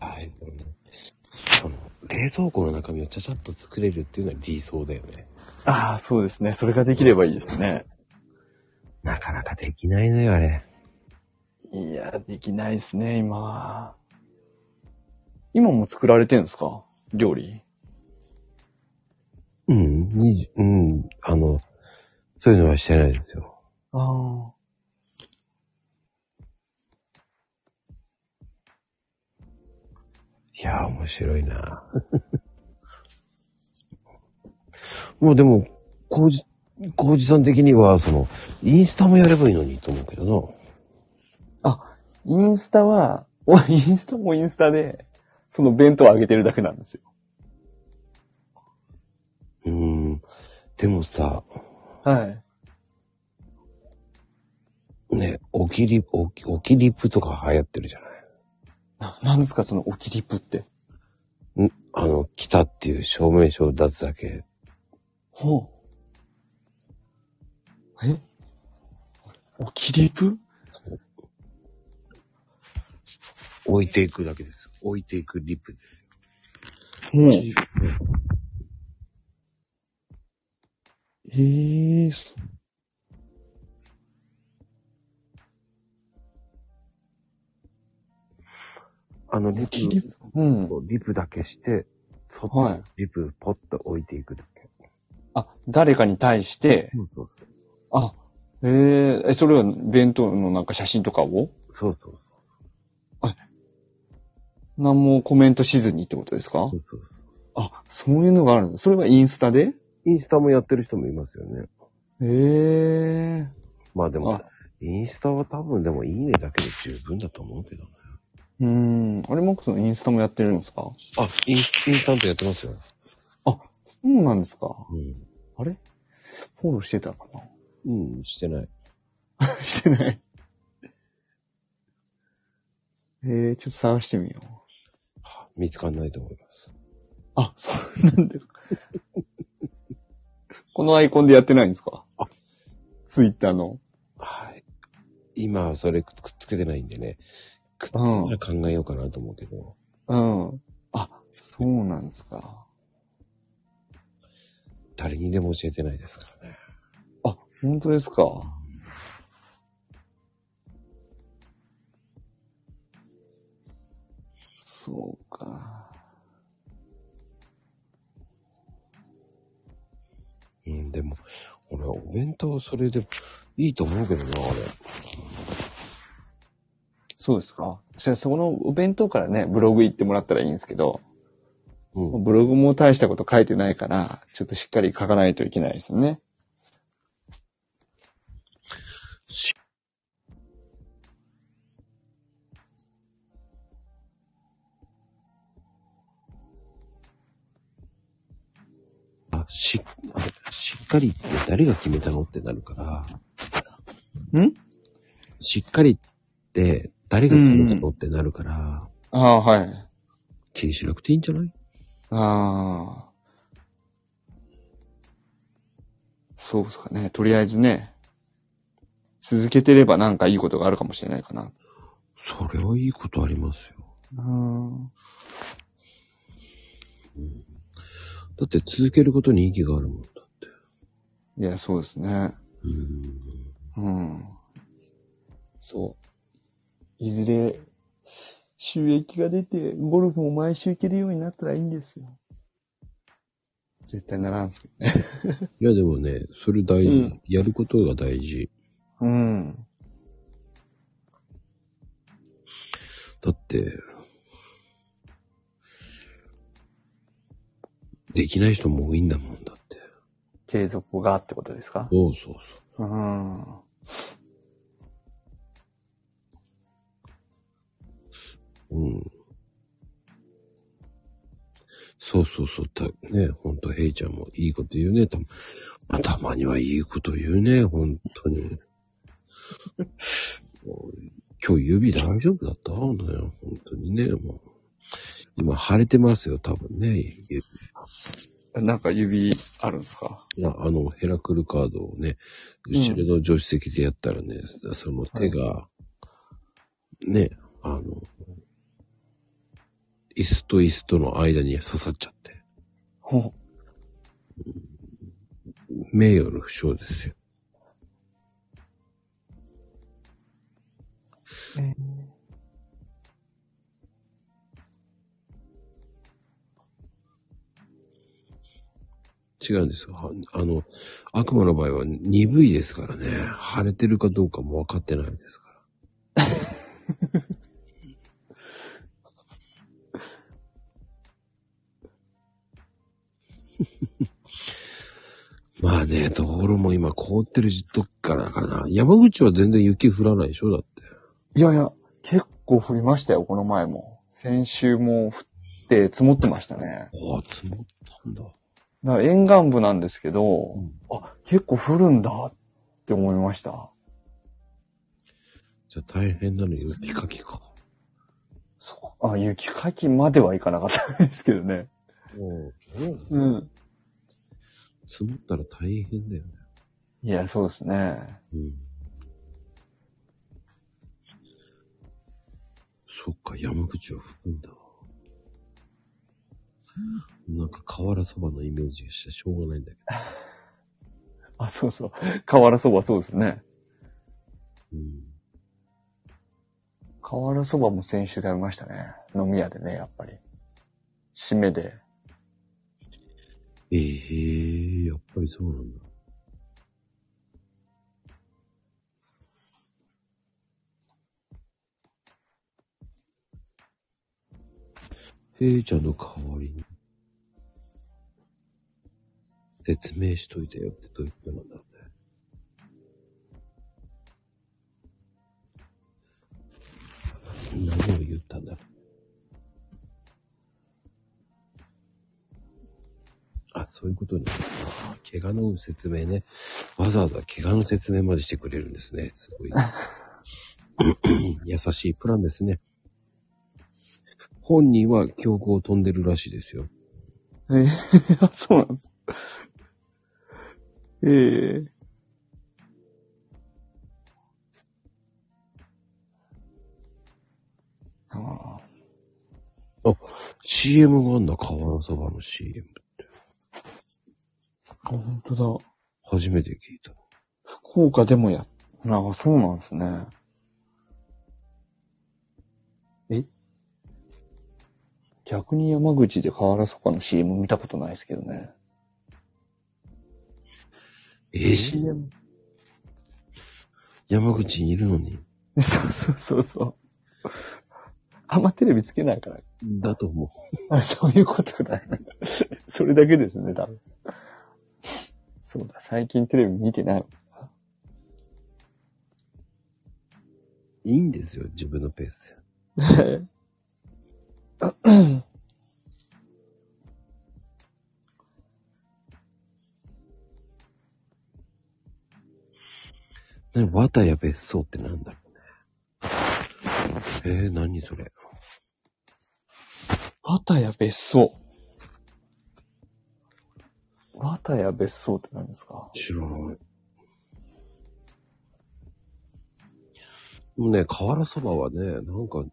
A: はい。その、冷蔵庫の中身をちゃちゃっと作れるっていうのは理想だよね。
B: ああ、そうですね。それができればいいですね。
A: なかなかできないのよ、あれ。
B: いや、できないですね、今は。今も作られてるんですか料理。
A: うん、に、うん、あの、そういうのはしてないですよ。
B: ああ。
A: いやー、面白いな もうでも、こうじ、こうじさん的には、その、インスタもやればいいのにと思うけど
B: インスタは、お インスタもインスタで、その弁当をあげてるだけなんですよ。
A: な。うーん。でもさ、
B: はい。
A: ね、おきり、おき、おきりぷとか流行ってるじゃな
B: な、なんですかその置きリップって。
A: い。んあの、来たっていう証明書を出すだけ。
B: ほう。え置きリップ
A: その置いていくだけですよ。置いていくリップです。
B: ほう。へえー、そ
A: あの、リ
B: 置きリップうん。
A: リップだけして、そ
B: こにはい
A: リップポッと置いていくだけ。
B: あ、誰かに対して、
A: そうそうそう。
B: あ、えー、え、それは弁当のなんか写真とかを
A: そうそう
B: 何もコメントしずにってことですか
A: そうそう。
B: あ、そういうのがあるんだ。それはインスタで
A: インスタもやってる人もいますよね。
B: へえ
A: まあでも
B: あ、
A: インスタは多分でもいいねだけで十分だと思うけどね。
B: ー。うん。あれ、マックさんインスタもやってるんですか
A: あ、インインスタントやってますよ。
B: そうなんですか
A: う
B: あれフォローしてたか
A: ん。うん、してない。
B: な してない。えー、ちょっと探してみよう。
A: 見つかんないと思います。
B: あ、そうなんだ。このアイコンでやってないんですか
A: あ
B: ツイッターの。
A: はい。今はそれくっつけてないんでね。くっつけたら考えようかなと思うけど。
B: うん。あ、そうなんですか。
A: 誰にでも教えてないですからね。
B: あ、本当ですか。そうか。
A: うん、でも、俺、お弁当それでもいいと思うけどな、あれ。
B: そうですか。じゃあ、そこのお弁当からね、ブログ行ってもらったらいいんですけど、
A: うん。
B: ブログも大したこと書いてないから、ちょっとしっかり書かないといけないですよね。
A: あ、し、あしっかりって誰が決めたのってなるから。
B: ん
A: しっかりって誰が決めたのってなるから、
B: ああ、はい。
A: 気にしなくていいんじゃない
B: ああ。そうですかね。とりあえずね、続けてればなんかいいことがあるかもしれないかな。
A: それはいいことありますよ。
B: うん。
A: だって続けることに意義があるもんだって。
B: いや、そうですね。うん。そう。いずれ、収益が出て、ゴルフも毎週行けるようになったらいいんですよ。絶対ならんすけどね。
A: いやでもね、それ大事、
B: うん
A: やることが大事。
B: うん。
A: だって、できない人も多いんだもんだって。
B: 継続がってことですか
A: そうそうそう。
B: うん。
A: うん。そうそうそう、た、ね、ほんと、ヘイちゃんもいいこと言うね、たま、あたまにはいいこと言うね、ほんとに。 もう今日指大丈夫だったのよ、ほんとにね、もう。今腫れてますよ、多分ね。指
B: なんか指あるんですか
A: いや、あの、ヘラクルカードをね、後ろの助手席でやったらね、その手が、ね、あの、椅子と椅子との間に刺さっちゃって、
B: ほ
A: 名誉の負傷ですよ。違うんですよ。はあの、悪魔の場合は鈍いですからね、腫れてるかどうかも分かってないですから。まあね、道路も今凍ってる時からかな。山口は全然雪降らないでしょだって。
B: いやいや、結構降りましたよ、この前も。先週も降って積もってましたね。
A: ああ、積もったんだ。
B: だから沿岸部なんですけど、
A: うん
B: あ、結構降るんだって思いました。
A: じゃあ大変なの雪かきか。
B: そう。あ、雪かきまではいかなかったんですけどね。
A: うん。
B: うん。
A: 積もったら大変だよね。
B: いや、そうですね。
A: うん。そっか、山口は吹くんだ。なんか河原そばのイメージがしてしょうがないんだけ
B: あ、そうそう。瓦そばそうですね。
A: ど。うん。
B: 瓦そばも先週食べましたね。飲み屋でね、やっぱり。締めで。
A: ええやっぱりそうなんだ。ヘイちゃんの代わりに、説明しといてよってどういうことなんだろうね。何を言ったんだろう。あ、そういうことね。あ怪我の説明ね。わざわざ怪我の説明までしてくれるんですね。すごい。優しいプランですね。本人は強行を飛んでるらしいですよ。
B: え そうなんです。ええああ
A: CM があんだ、河原そばの CM。
B: 本当だ。
A: 初めて聞いた。
B: 福岡でもや、なんかそうなんですね。え逆に山口で河原そばの CM 見たことないですけどね。
A: え
B: CM?
A: 山口にいるのに、
B: そうそうそうそう。あんまテレビつけないから。
A: だと思う。
B: あそういうことだ。 それだけですね、多分。そうだ、最近テレビ見て ない。
A: いいんですよ、自分のペースで。ね、綿谷別荘ってなんだろうね。えー、何それ。
B: 綿谷別荘。綿谷別荘って何ですか
A: 知らない。でもね、瓦そばはね、なんか、
B: は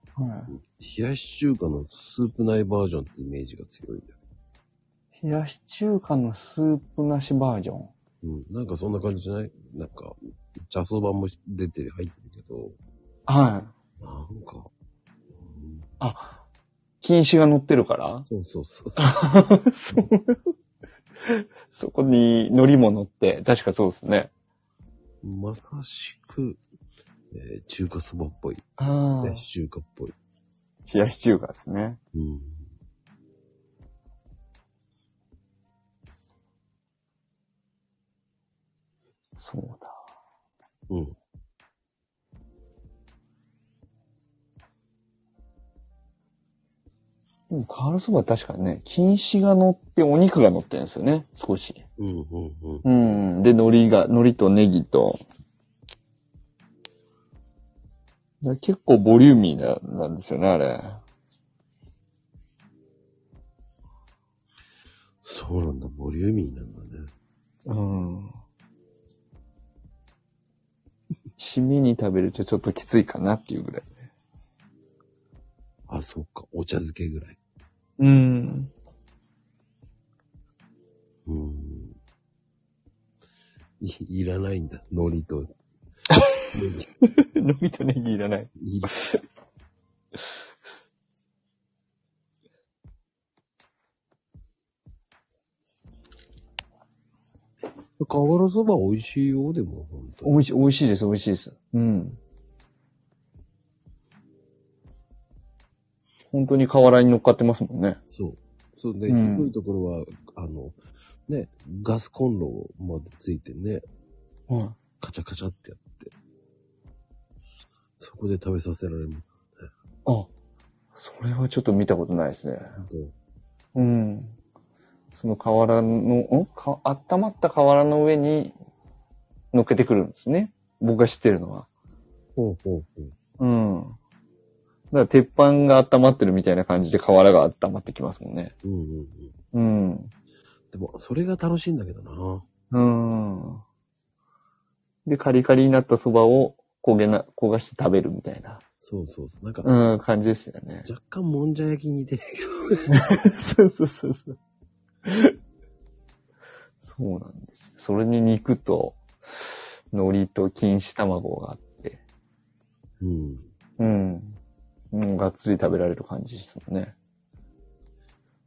B: い。
A: 冷やし中華のスープないバージョンってイメージが強いんだよ。
B: 冷やし中華のスープなしバージョン。
A: うん、なんかそんな感じじゃないなんか、茶そばも出てる、入ってるけど、
B: はい。
A: なんか、うん
B: あ、禁止が乗ってるから
A: そうそうそうそう。
B: そう。そこに海苔も乗って、確かそうですね。
A: まさしく、えー中華そばっぽい。
B: あ
A: 冷やし中華っぽい。
B: 冷やし中華ですね。
A: うん。
B: そうだ。
A: うん。
B: でもカールそばは確かにね、錦糸が乗って、お肉が乗ってるんですよね、少し。
A: うんうんうん。
B: うん。で、海苔が、海苔とネギと。で結構ボリューミーな、なんですよね、あれ。
A: そうなんだ、ボリューミーなんだね。
B: うん。締めに食べるとちょっときついかなっていうぐらい。
A: あ、そっか、お茶漬けぐらい。
B: うん。
A: うん。い、いらないんだ、海苔と。
B: のびとネギいらない。
A: い る瓦そば美味しいよ、でも、本当
B: 美味しい、美味しいです、美味しいです。うん。本当に瓦に乗っかってますもんね。
A: そう。そうね、
B: うん
A: 広いところは、あの、ね、ガスコンロまでついてね、
B: は
A: カチャカチャってやって、そこで食べさせられます。
B: あ、それはちょっと見たことないですね。
A: 本当
B: うん。その瓦の、んか温まった瓦の上に乗っけてくるんですね。僕が知ってるのは。
A: ほうほうほう。
B: うん。だから鉄板が温まってるみたいな感じで瓦が温まってきますもんね。
A: うんうんうん。
B: うん。
A: でも、それが楽しいんだけどな。
B: うん。で、カリカリになった蕎麦を焦げな、焦がして食べるみたいな、
A: そうそうそう。なんか、
B: うん、感じでしたよね。
A: 若干もんじゃ焼きに似てる けど。
B: そうそうそうそう。そうなんです。それに肉と、海苔と錦糸卵があって、
A: うん。
B: うん。もうがっつり食べられる感じでしたもんね。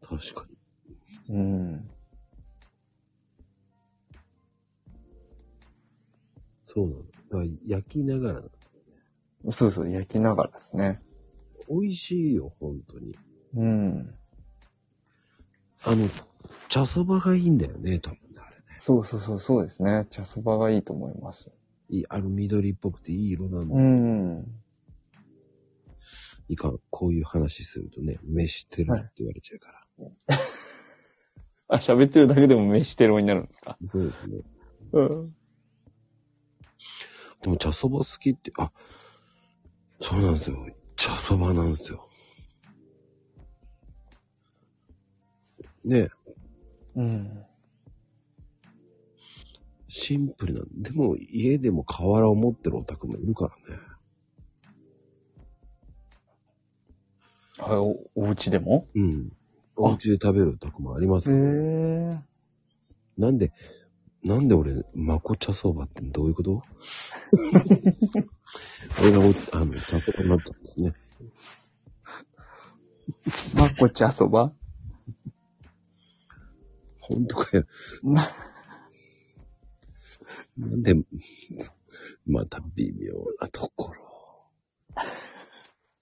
A: 確かに。
B: うん。
A: そうなの。だから焼きながら、
B: そうそう、焼きながらですね。
A: 美味しいよ、本当に。
B: うん。
A: あの、茶そばがいいんだよね、多分ね、あれね。
B: そうそうそう、そうですね。茶そばがいいと思います。
A: いい、あの緑っぽくていい色なんだ
B: うん。
A: いかん。こういう話するとね、飯してるって言われちゃうから。
B: あ、喋ってるだけでも飯テロになるんですか
A: そうですね。
B: うん。
A: でも茶そば好きって、あ、そうなんですよ。茶そばなんですよ。ね
B: うん。
A: シンプルなんでも家でも瓦を持ってるお宅もいるからね。
B: あお、お家でも
A: うん。お家で食べるお宅もあります
B: へ
A: よ
B: え。
A: なんで、なんで俺、まこ茶そばってどういうこと俺がお、あの、茶そばになったんですね。
B: まこちゃそば
A: ほんとかよ。
B: ま、
A: なんで、また微妙なところ。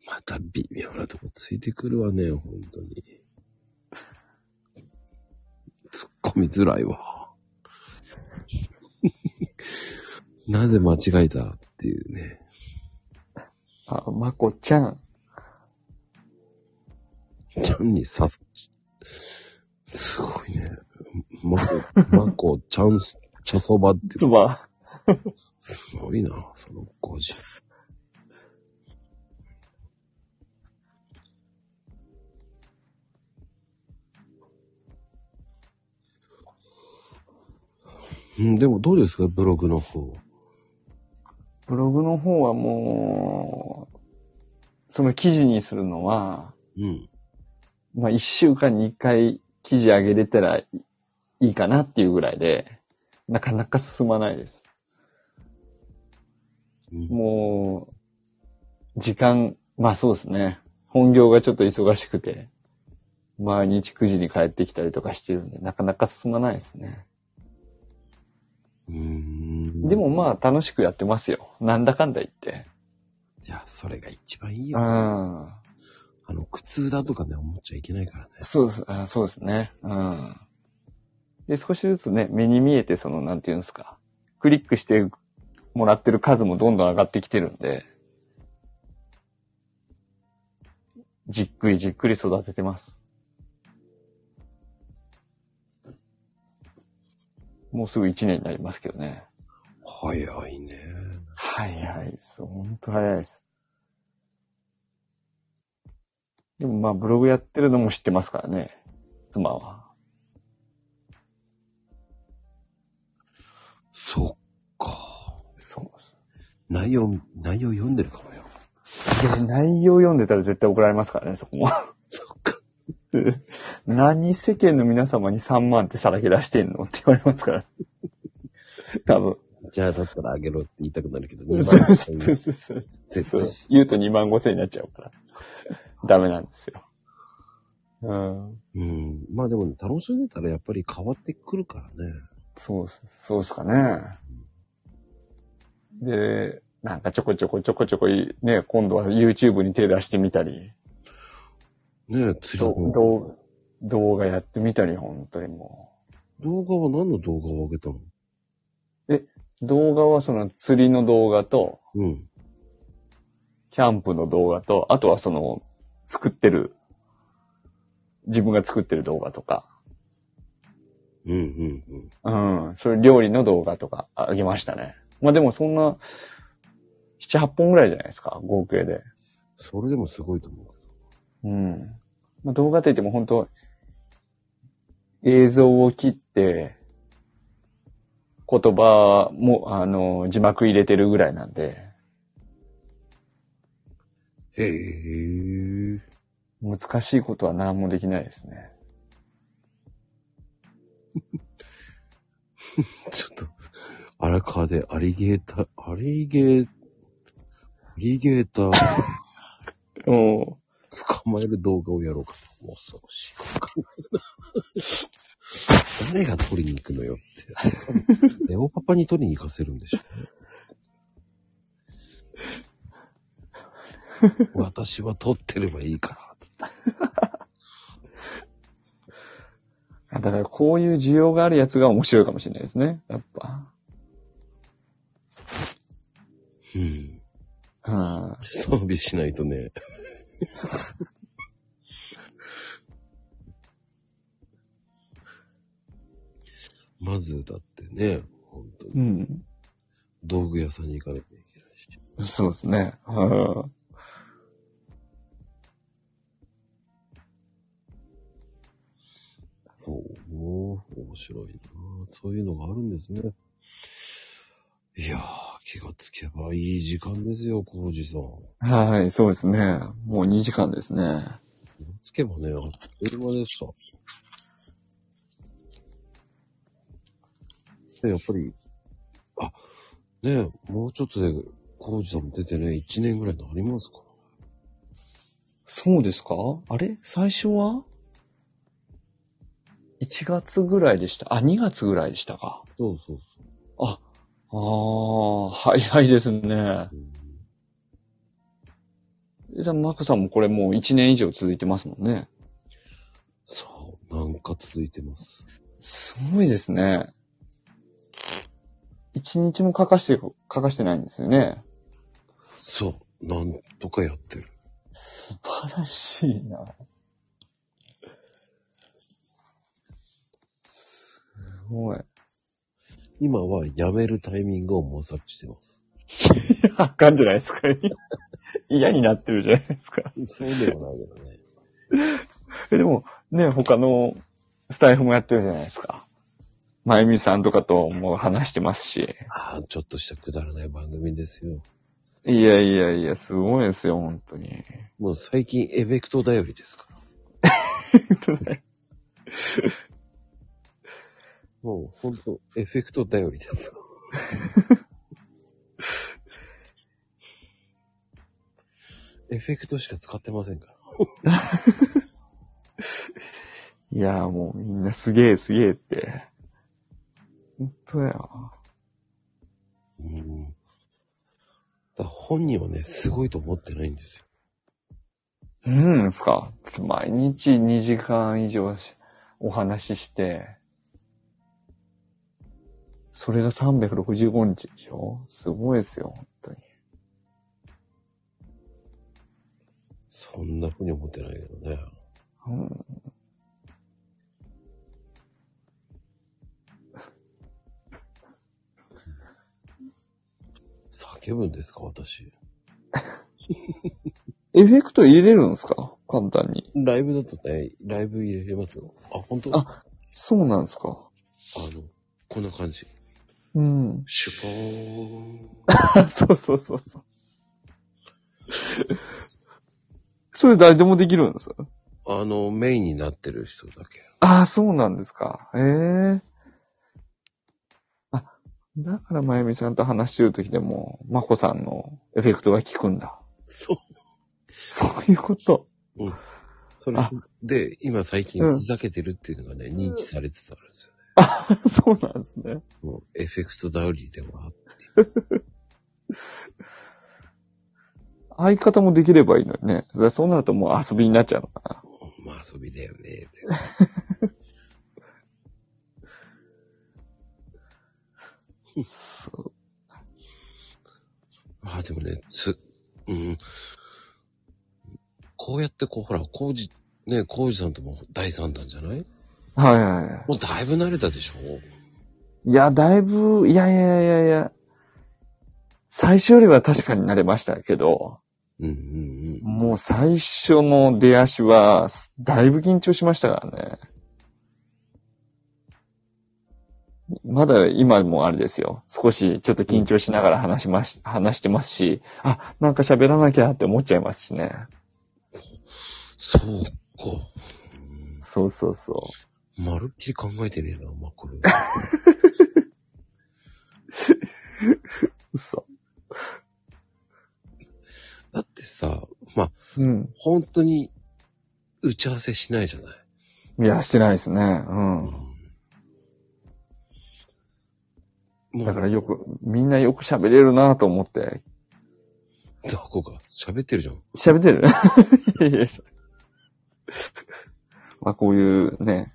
A: また微妙なとこついてくるわね、ほんとに。突っ込みづらいわ。なぜ間違えたっていうね。
B: あ、まこちゃん。
A: ちゃんにさす、すごいね。まこ、まこ、ちゃん、茶そばって、
B: つば。
A: すごいな、その5時。うん、でもどうですかブログの方。
B: ブログの方はもう、その記事にするのは、
A: うん。
B: まあ、一週間に一回記事上げれたらいいいかなっていうぐらいで、なかなか進まないです。
A: うん、
B: もう、時間、まあそうですね。本業がちょっと忙しくて、毎日9時に帰ってきたりとかしてるんで、なかなか進まないですね。
A: うん
B: でも、まあ楽しくやってますよ。なんだかんだ言って。
A: いや、それが一番いいうよ。
B: ん。
A: あの、苦痛だとかね、思っちゃいけないからね。
B: そうです、あそうですね。うん。で、少しずつね、目に見えてその、なんていうんですか。クリックしてもらってる数もどんどん上がってきてるんで、じっくりじっくり育ててます。もうすぐ1年になりますけどね。
A: 早いね。
B: 早いです。ほんと早いです。でもまあブログやってるのも知ってますからね。妻は。
A: そっか。
B: そうです。
A: 内容、内容読んでるかもよ。
B: いや、内容読んでたら絶対怒られますからね、そこも。
A: そっか。
B: 何世間の皆様に3万ってさらけ出してんのって言われますから。多分。
A: じゃあだったらあげろって言いたくなるけど、
B: そう
A: 2万円
B: そうそうそう
A: って
B: そう。言うと2万5千になっちゃうから。ダメなんですよ。うん。
A: うん。まあでも、楽しんでたらやっぱり変わってくるからね。
B: そうっす、そうっすかね。で、なんかちょこちょこちょこちょこい、ね、今度は YouTube に手出してみたり、
A: ねえ、釣り
B: ど
A: も
B: どう動画やってみたり、本当にもう。
A: 動画は何の動画を上げたの
B: 動画はその釣りの動画と、
A: うん。
B: キャンプの動画と、あとはその、作ってる、自分が作ってる動画とか、
A: うんうんうん。
B: うん、そういう料理の動画とかあげましたね。まあでもそんな、7、8本ぐらいじゃないですか、合計で。
A: それでもすごいと思うけ
B: うん。まあ、動画といっても本当映像を切って、言葉も、あの、字幕入れてるぐらいなんで、
A: ど。へえ。
B: 難しいことは何もできないですね。
A: ちょっと、荒川でアリゲーター、アリゲー、アリゲーター
B: うん。
A: 捕まえる動画をやろうかと。もう恐ろしい。わかんないな誰が取りに行くのよって。レオパパに取りに行かせるんでしょ。私は取ってればいいから、つって。
B: だからこういう需要があるやつが面白いかもしれないですね。やっぱ。
A: うん。
B: うん。
A: 装備しないとね。まず、だってね、本当に
B: うん。
A: 道具屋さんに行かなきゃいけないし。
B: そうですね。うん。
A: おお面白いなそういうのがあるんですね。いやー、気がつけばいい時間ですよ、コウジさん。
B: はい、そうですね。もう2時間ですね。
A: 気がつけばね、あっという間でした。で、やっぱり、あ、ねえもうちょっとで、コウジさんも出てね、1年ぐらいになりますから。
B: そうですかあれ最初は ?1 月ぐらいでした。あ、2月ぐらいでしたか。
A: そうそうそ
B: ああ、早いですね。
A: う。うん
B: えでも、マコさんもこれもう1年以上続いてますもんね。
A: そう、なんか続いてます。
B: すごいですね。一日も欠かして、欠かしてないんですよね。
A: そう、なんとかやってる。
B: 素晴らしいな。すごい。
A: 今はやめるタイミングを模索してます。
B: あかんじゃないですか。 嫌になってるじゃないですか。
A: そうでもないけどね。
B: えでも、ね、他のスタイフもやってるじゃないですか。まゆみさんとかとも話してますし。
A: ああ、ちょっとしたくだらない番組ですよ。
B: いやいやいや、すごいですよ、本当に。
A: もう最近エフェクト頼り ですから。もうほんとエフェクト頼りです。エフェクトしか使ってませんから。
B: いや、もうみんなすげえすげえって。本当だよ。
A: うん。だから本人はね、すごいと思ってないんですよ。
B: うんですか。毎日2時間以上しお話しして、それが365日でしょすごいですよ、本当に。
A: そんな風に思ってないけどね。
B: うん
A: 叫ぶんですか、私。
B: エフェクト入れるんですか簡単に。
A: ライブだとね、ライブ入れれますよ。あ、本当
B: あそうなんですか
A: あの、こんな感じ。
B: うん。
A: シュポーン。
B: そうそうそうそう。 それ誰でもできるんですか
A: あの、メインになってる人だけ。
B: ああ、そうなんですか。ええあ、だからまゆみさんと話してるときでも、まこさんのエフェクトが効くんだ。
A: そう。
B: そういうこと。
A: それ
B: あ
A: で、今最近
B: うん
A: ふざけてるっていうのがね、認知されつつあるんですよね。
B: そうなんですね。
A: もうエフェクトダウリーでは、
B: 相方もできればいいのにね。それそうなるともう遊びになっちゃうのか
A: ま
B: な。
A: あ遊びだよね、って。
B: そう
A: まあでもね、つ、うん。こうやってこう、ほら、コウジ、ね、コウジさんとも第三弾じゃない
B: はいはいは
A: もうだいぶ慣れたでしょ
B: い。いや、だいぶ、いやいやいやいや。最初よりは確かになれましたけど、
A: うんうん
B: もう最初の出足は、だいぶ緊張しましたからね。まだ今もあれですよ。少しちょっと緊張しながら話しまし、話してますし、あ、なんか喋らなきゃって思っちゃいますしね。
A: そうか。
B: そうそうそ
A: まるっきり考えてねえな、まあこれ。
B: う。そ
A: だってさ、まあ、
B: う。うん。
A: 本当に、打ち合わせしないじゃない。
B: いや、してないですね。う
A: うん
B: ん。
A: もう、
B: だからよく、みんなよく喋れるなと思って。
A: どこか、喋ってるじゃん。
B: 喋ってる いやいやまあこういうね、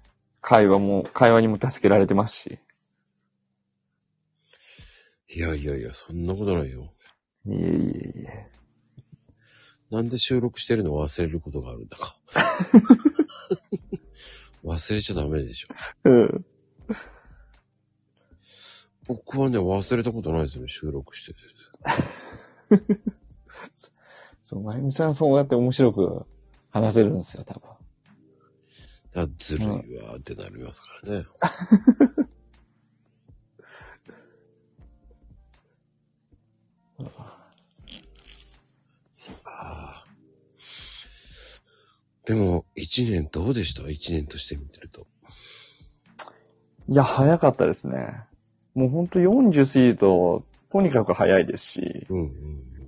B: 会話も、会話にも助けられてますし。
A: いやいやいや、そんなことないよ。
B: いえいえいえ。
A: なんで収録してるの忘れることがあるんだ か。忘れちゃダメでしょ。
B: うん。
A: 僕はね、忘れたことないですよね、収録してて。
B: そう、まゆみさんそうやって面白く話せるんですよ、多分。
A: だからずるいわーってなりますからね。ああ。でも、一年どうでした一年として見てると。
B: いや、早かったですね。もうほんと40過ぎると、とにかく早いですし、
A: うんうん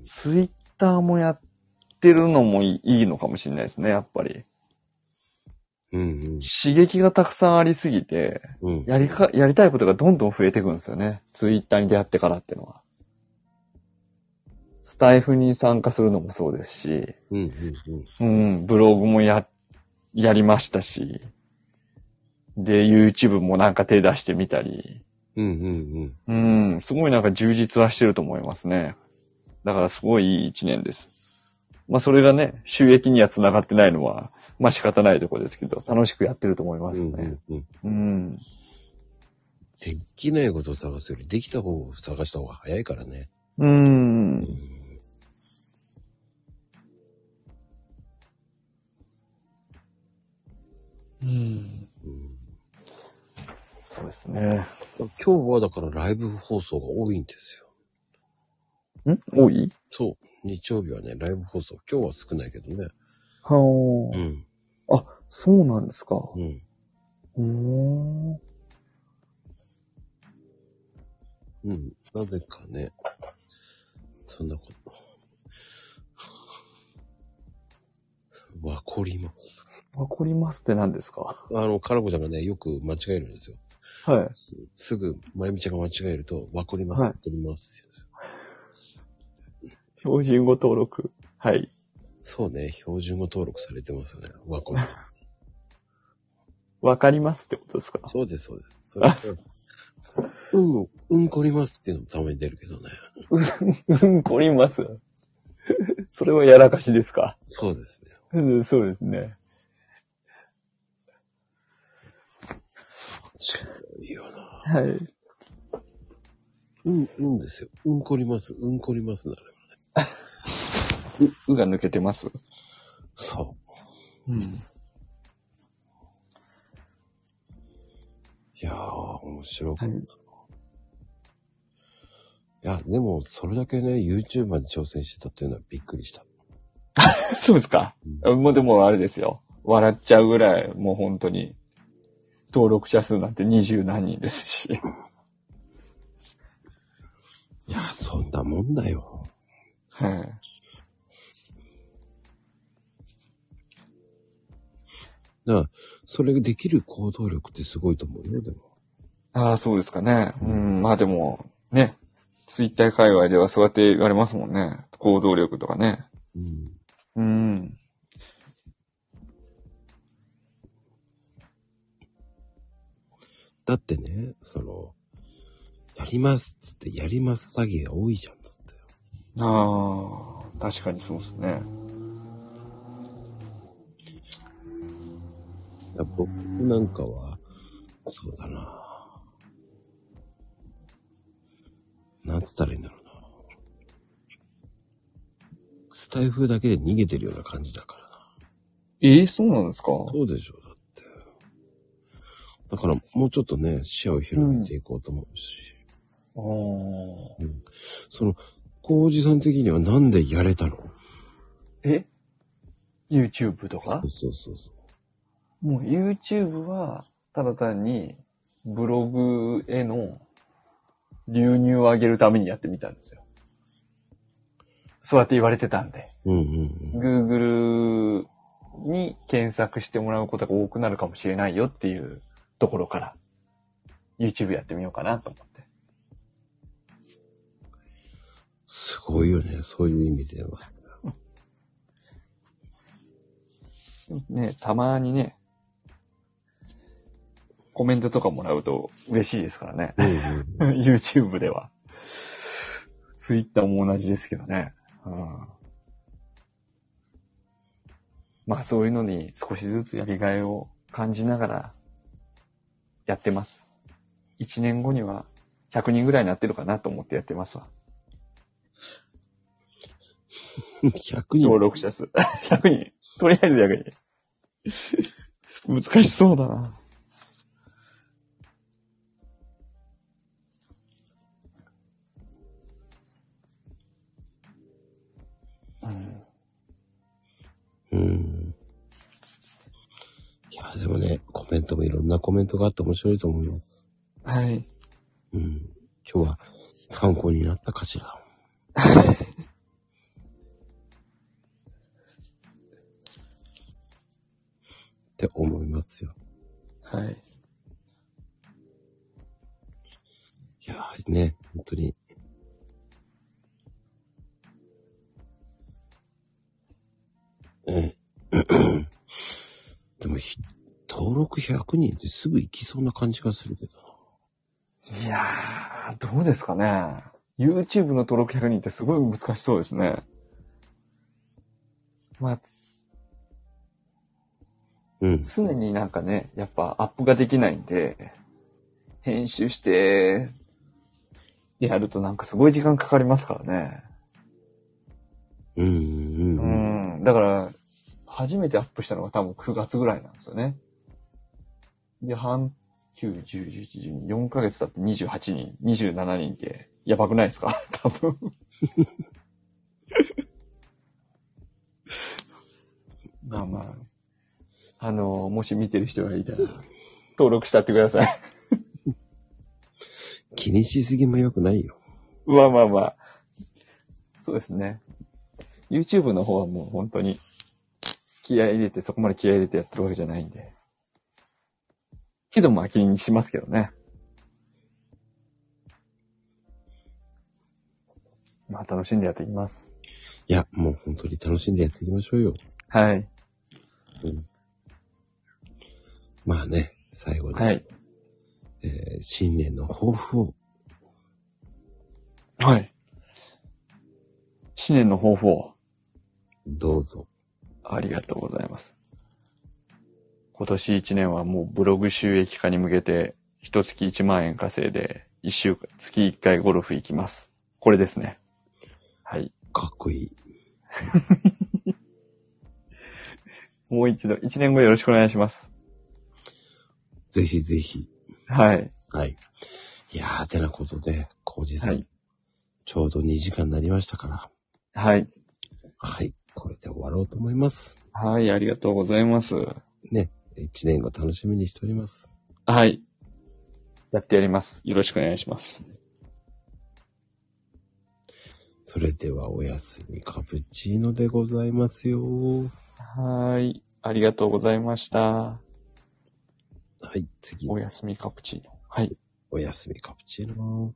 B: ツイッターもやってるのもいいいいのかもしれないですね、やっぱり。
A: うん。うん
B: 刺激がたくさんありすぎて、
A: うん。うん。
B: やりか、やりたいことがどんどん増えていくんですよね。ツイッターに出会ってからっていうのは。スタイフに参加するのもそうですし、
A: うんうん
B: うん、ブログもや、やりましたし、で、YouTube もなんか手出してみたり、
A: うん。うんうん
B: うん、すごいなんか充実はしてると思いますね。だからすごいいい一年です。まあそれがね、収益には繋がってないのは、まあ仕方ないとこですけど、楽しくやってると思いま
A: う
B: す
A: ん。う
B: ね
A: ん。うん。
B: うん。
A: できないことを探すより、できた方を探した方が早いからね。
B: う。
A: うんん
B: うん。
A: うん
B: そうですね。
A: 今日はだからライブ放送が多いんですよ。
B: ん多い
A: そう。日曜日はね、ライブ放送。今日は少ないけどね。
B: は
A: う
B: あ。
A: ん。
B: あ、そうなんですか。
A: うん。
B: うーん。
A: うん。なぜかね。そんなこと。わかります。
B: わかりますって何ですか
A: あの、カラコちゃんがね、よく間違えるんですよ。
B: はい。
A: すぐ、まゆみちゃんが間違えると、わかります、
B: はい
A: わかりますって言うんですよ。
B: 標準語登録。はい。
A: そうね、標準語登録されてますよね。わかります。
B: わかりますってことですか
A: そうです、そうです。それ
B: あ、そう
A: とうん、うんこりますっていうのもたまに出るけどね。
B: うん、こります。それはやらかしですか
A: そうですね。
B: うん、そうですね。
A: いいよな。
B: はい。
A: うん、うんですよ。うんこります。うんこりますなら。
B: う、うが抜けてます。
A: そ
B: うん。
A: う。いやー、面白かった。い、や、でも、それだけね、YouTuber に挑戦してたっていうのはびっくりした。
B: そうですか。もうでもあれですよ。笑っちゃうぐらい、もう本当に、登録者数なんて二十何人です し。
A: いやー、そんなもんだよ。
B: はい。
A: だから、それができる行動力ってすごいと思うよ、でも。
B: ああ、そうですかね。うん、まあでも、ね。ツイッター界隈ではそうやって言われますもんね。行動力とかね。
A: うん。
B: うん。
A: だってね、その、やりますっつって、やります詐欺が多いじゃん、だって。
B: ああ、確かにそうですね。
A: いや僕なんかは、そうだな。なんつったらいいんだろうな。スタイフだけで逃げてるような感じだからな。
B: ええそうなんですか
A: そうでしょう、だって。だから、もうちょっとね、視野を広げていこうと思うし。
B: あー
A: その、コウジさん的にはなんでやれたの
B: え ?YouTube と
A: そ
B: か
A: うそうそうそう。
B: もう YouTube は、ただ単に、ブログへの流入を上げるためにやってみたんですよ。そうやって言われてたんで。
A: うんうん
B: Google に検索してもらうことが多くなるかもしれないよっていうところから、YouTube やってみようかなと思って。
A: すごいよね、そういう意味では。
B: ね、たまにね、コメントとかもらうと嬉しいですからね。
A: うんうん、
B: YouTube では。Twitter も同じですけどね。うん、まあそういうのに少しずつやりがいを感じながらやってます。1年後には100人ぐらいになってるかなと思ってやってますわ。
A: 100人
B: 登録者数。100人。 とりあえず100人。難しそうだな。うん
A: うん。いや、でもね、コメントもいろんなコメントがあって面白いと思います。
B: はい。
A: うん。今日は参考になったかしら。 って思いますよ。
B: はい。
A: いやーね、本当に。ええ でもひ、登録100人ってすぐ行きそうな感じがするけどな。
B: いやー、どうですかね。YouTube の登録100人ってすごい難しそうですね。まあ、
A: うん。
B: 常になんかね、やっぱアップができないんで、編集して、やるとなんかすごい時間かかりますからね。
A: うんう
B: うん
A: うん。
B: ん。だから、初めてアップしたのが多分9月ぐらいなんですよね。で、半、9、10、11、12、4ヶ月経って28人、27人って、やばくないですか 多分。まあまあ、あの、もし見てる人がいたら、登録したってください。
A: 気にしすぎも良くないよ。
B: まあまあまあ。そうですね。YouTube の方はもう本当に気合い入れて、そこまで気合い入れてやってるわけじゃないんで。けどまあ気にしますけどね。まあ楽しんでやっていきます。
A: いや、もう本当に楽しんでやっていきましょうよ。
B: はい。
A: まあね、最後に、
B: はい。
A: えー新年の抱負を。
B: はい。新年の抱負を
A: どうぞ。
B: ありがとうございます。今年1年はもうブログ収益化に向けて、一月1万円稼いで、一週間、月一回ゴルフ行きます。これですね。はい。
A: かっこいい。
B: もう一度、一年後よろしくお願いします。
A: ぜひぜひ。
B: はい。
A: はい。いやー、てなことで、コージさん、
B: はい
A: ちょうど2時間になりましたから。
B: はい。
A: はい。これで終わろうと思います。
B: はい、ありがとうございます。
A: 1年後楽しみにしております。
B: はい。やってやります。よろしくお願いします。
A: それではおやすみカプチーノでございますよ。
B: はい。ありがとうございました。
A: はい、次、
B: おやすみカプチーノ。はい。
A: おやすみカプチーノ。